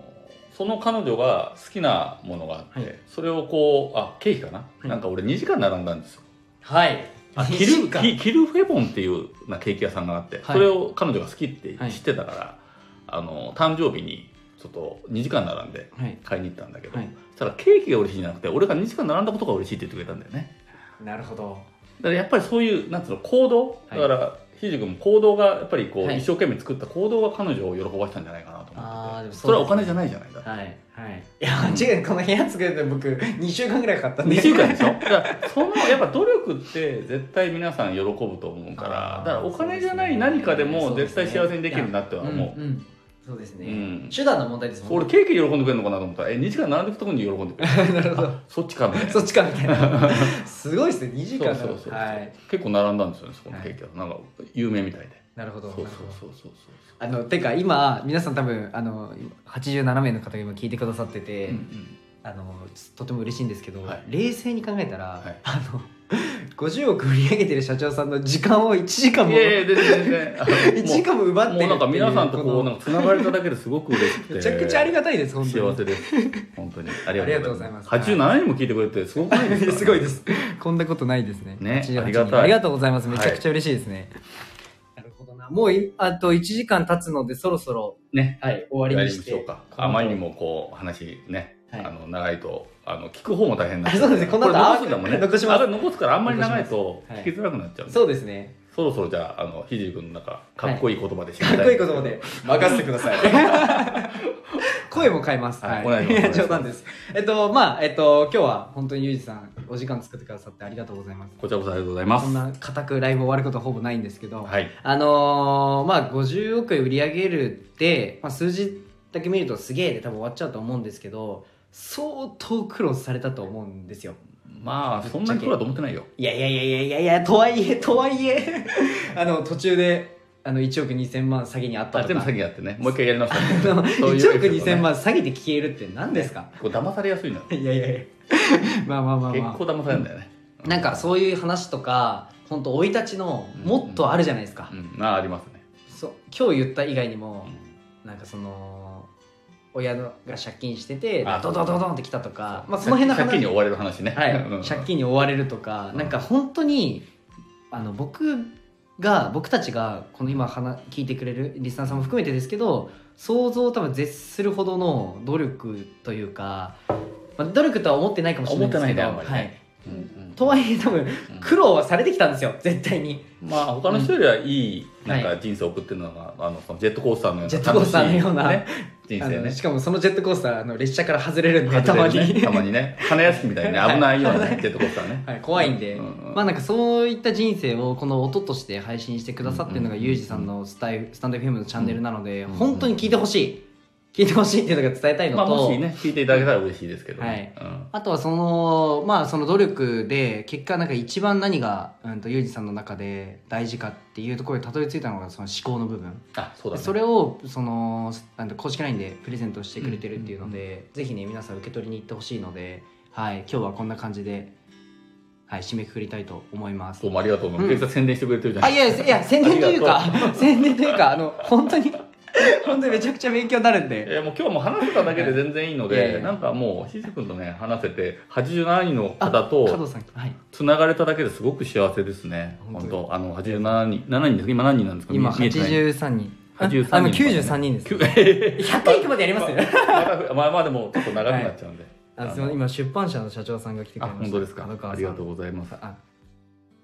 S2: その彼女が好きなものがあって、
S1: はい
S2: それをこうあケーキかな、
S1: い
S2: なんか俺2時間並んだんですよ
S1: <laughs> はい
S2: あ
S1: 二
S2: キル
S1: 時間
S2: キキルフェボンっていうなケーキ屋さんがあって、
S1: い
S2: それを彼女が好きって
S1: はい
S2: 知ってたから、あの誕生日にちょっと2時間並んで
S1: はい
S2: 買いに行ったんだけど、
S1: はい
S2: そしたらケーキが嬉しいんじゃなくて俺が2時間並んだことが嬉しいって言ってくれたんだよね
S1: なるほど
S2: だからやっぱりそういうなんつうの行動
S1: は
S2: だ
S1: い
S2: から、ひじくんも行動がやっぱりこう、
S1: はい
S2: 一生懸命作った行動が彼女を喜ばしたんじゃないかなと思
S1: あーで
S2: って
S1: も
S2: て
S1: そう
S2: それはお金じゃないじゃないだって
S1: はいはいいや違うこの部屋作るの僕2週間ぐらいか <laughs> かったんで
S2: 2週間でしょ <laughs> だからそのやっぱ努力って絶対皆さん喜ぶと思うから
S1: あー
S2: だからお金じゃな
S1: そうですね
S2: い何かで
S1: そ
S2: も
S1: うで
S2: 絶
S1: すね
S2: 対幸せにできるなっては思う、
S1: んんそうですね、
S2: うん
S1: 手段の問題ですもん
S2: 俺ケーキ喜んでくれるのかなと思ったらえ2時間並んでくとこに喜んでくれる
S1: な <laughs> るほど
S2: そっちかみたいな
S1: そっちかみたい
S2: <laughs>
S1: なすごいですね2時間
S2: そうそうそうそう
S1: はい
S2: 結構並んだんですよねそこのケーキは、なんか有名みたいで
S1: なるほど
S2: そうそう
S1: なるほど
S2: そうそう
S1: あのてか今皆さん多分あの87名の方が今聞いてくださってて、
S2: そう、うん
S1: あのとても嬉しいんですけど、
S2: はい
S1: 冷静に考えたら、
S2: はい
S1: あの50億売り上げてる社長さんの時間を1時間
S2: うん、
S1: も
S2: いやいや全然全然あの
S1: <laughs> 1時間も奪ってるって
S2: も
S1: いう
S2: うなんか皆さんと
S1: こ
S2: こ
S1: の
S2: うなんかつながれただけですごく嬉しくて
S1: めちゃくちゃありがたいです本当
S2: 幸
S1: に
S2: せです本当にありがとうございます
S1: ありがとうございます
S2: 87人も聞いてくれてすごくないですか
S1: すごい <laughs> ですこんなことないですね
S2: ね
S1: 88
S2: ありがたい
S1: ありがとうございます
S2: は
S1: め
S2: い
S1: ちゃくちゃ嬉しいですね、なるほどなもういあと1時間経つのでそろそろ
S2: ね
S1: はい終
S2: 終
S1: わ
S2: わ
S1: り
S2: り
S1: に
S2: に
S1: し
S2: してようか
S1: この
S2: あまりにもこう話ね、
S1: はい
S2: あの長いとあの聞く方も大変な
S1: あそうですねこの後
S2: れ残すんだもんね
S1: 残します
S2: あれ残すからあんまり長いと
S1: 残します
S2: 聞きづらくなっちゃう、
S1: そうですね
S2: そろそろじゃああのひじり君の中かっこいい言葉で締めた
S1: かっこいい言葉で任せてください。 <laughs> 声も変えます。
S2: はい
S1: はい。
S2: お願いします
S1: いや冗談です。えっと、まあ、えっと、今日は本当にゆうじさん、お時間作ってくださってありがとうございます。
S2: こちらこそありがとうございま
S1: そ
S2: す
S1: んな固くライブ終わることはほぼないんですけど、
S2: はい
S1: あのーまあ、50億円売り上げるって、まあ、数字だけ見るとすげえで多分終わっちゃうと思うんですけど、相当苦労されたと思うんですよ。
S2: まあそんなに来ると思ってないよ
S1: いやいやいやいやいやいや、とはいえ、とはいえ、 <laughs> あの、途中で、あの、1億2000万詐欺にあった
S2: あ
S1: とか。
S2: 全部
S1: <laughs>
S2: 詐欺やってねもう一回やり直した
S1: あの
S2: そういう
S1: 1億
S2: エピソー
S1: 2000
S2: ドね
S1: 万詐欺で消えるって何ですか
S2: こう騙されやすいのよ
S1: いやいやいや <laughs> まあまあまあ
S2: 結
S1: ま
S2: 構騙されるんだよね、
S1: あなんかそういう話とか本当生い立ちのもっとあるじゃないですか、
S2: うんまあありますね、
S1: そう今日言った以外にも
S2: うん
S1: なんかその親が借金してて
S2: あ
S1: ドドドドンってきたとかまあその辺の話
S2: 借金に追われる話ね、
S1: はい
S2: うん、
S1: 借金に追われるとか、
S2: うん
S1: なんか本当にあの僕が僕たちがこの今話聞いてくれるリスナーさんも含めてですけど想像を多分絶するほどの努力というか、まあ、努力とは思ってないかもしれないですけど、
S2: 思ってないねあんまりねうんうん
S1: とはいえ多分
S2: うん
S1: 苦労はされてきたんですよ絶対に
S2: まあ他の人よりはいい
S1: うん
S2: なんか人生を送ってるのが、あのそのジェットコースターのような
S1: ジェットコースターのような
S2: 楽しいね、人生
S1: あの
S2: ね
S1: しかもそのジェットコースターあの列車から外れるんでたま
S2: 外れる
S1: に
S2: ねたまにね花屋敷みたいにね危ないようなねジェットコースターね
S1: はい、怖いんで、
S2: うんうん
S1: まあなんかそういった人生をこの音として配信してくださってるのが
S2: うんうん
S1: ユージさんのスタイスタンド FM のチャンネルなので、
S2: うん
S1: 本当に聞いてほしい、聞いてほしいっていうのが伝えたいの
S2: まあ、
S1: と、
S2: もしね、聞いていただけたら嬉しいですけど、
S1: はい
S2: うん
S1: あとはその、まあその努力で、結果なんか一番何が、うんと、ユージさんの中で大事かっていうところにたどり着いたのがその思考の部分。
S2: あ、そうだ、ね。
S1: それを、その、なんて公式 LINE でプレゼントしてくれてるっていうので、ぜひね、皆さん受け取りに行ってほしいので、はい、今日はこんな感じで、はい、締めくくりたいと思います
S2: ど。うもありがとう。
S1: ん
S2: めちゃくちゃ宣伝してくれてるじゃな
S1: あ、
S2: い
S1: いやいや、いや宣伝というか、宣伝というか、あの、本当に、本当にめちゃくちゃ勉強になるんで。
S2: いやもう今日も話せただけで全然いいので、
S1: いやいや
S2: なんかもうひじくんとね話せて87人の
S1: あ
S2: 方
S1: 加
S2: と
S1: 藤さん、はい。
S2: つながれただけですごく幸せですね
S1: 本
S2: 本
S1: 当
S2: 当あの87人7人です今何人なんですか
S1: 今、
S2: 見えてない
S1: 83人。あ
S2: 83人
S1: あの、93人です。
S2: きゅ100
S1: 100行くまでやり
S2: <laughs>
S1: ますよ。
S2: まあまあでもちょっと長くなっちゃうんで、
S1: あすいません今出版社の社長さんが来てく
S2: あ
S1: れました
S2: 本当ですか
S1: 角川さん
S2: ありがとうございます
S1: あ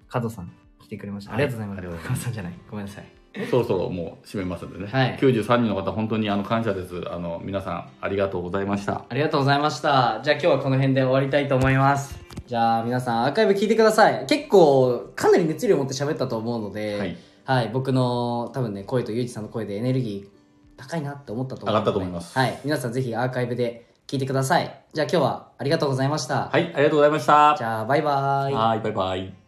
S1: 加藤さん来てくれました、
S2: はい
S1: ありがとうござい
S2: ありが
S1: ま
S2: と
S1: す
S2: う
S1: 加藤
S2: ございます
S1: さんじゃないごめんなさい
S2: そろそろもう締めますんでね、
S1: はい
S2: 93人の方本当にあの感謝ですあの皆さんありがとうございました
S1: ありがとうございましたじゃあ今日はこの辺で終わりたいと思いますじゃあ皆さんアーカイブ聞いてください結構かなり熱量を持って喋ったと思うので、
S2: はい、
S1: はい、僕の多分ね声とゆうじさんの声でエネルギー高いなって思ったと思うので
S2: 上がったと思います
S1: はい皆さんぜひアーカイブで聞いてくださいじゃあ今日はありがとうございました、
S2: はい、ありがとうございました
S1: じゃあバイバイ
S2: はいバイバイ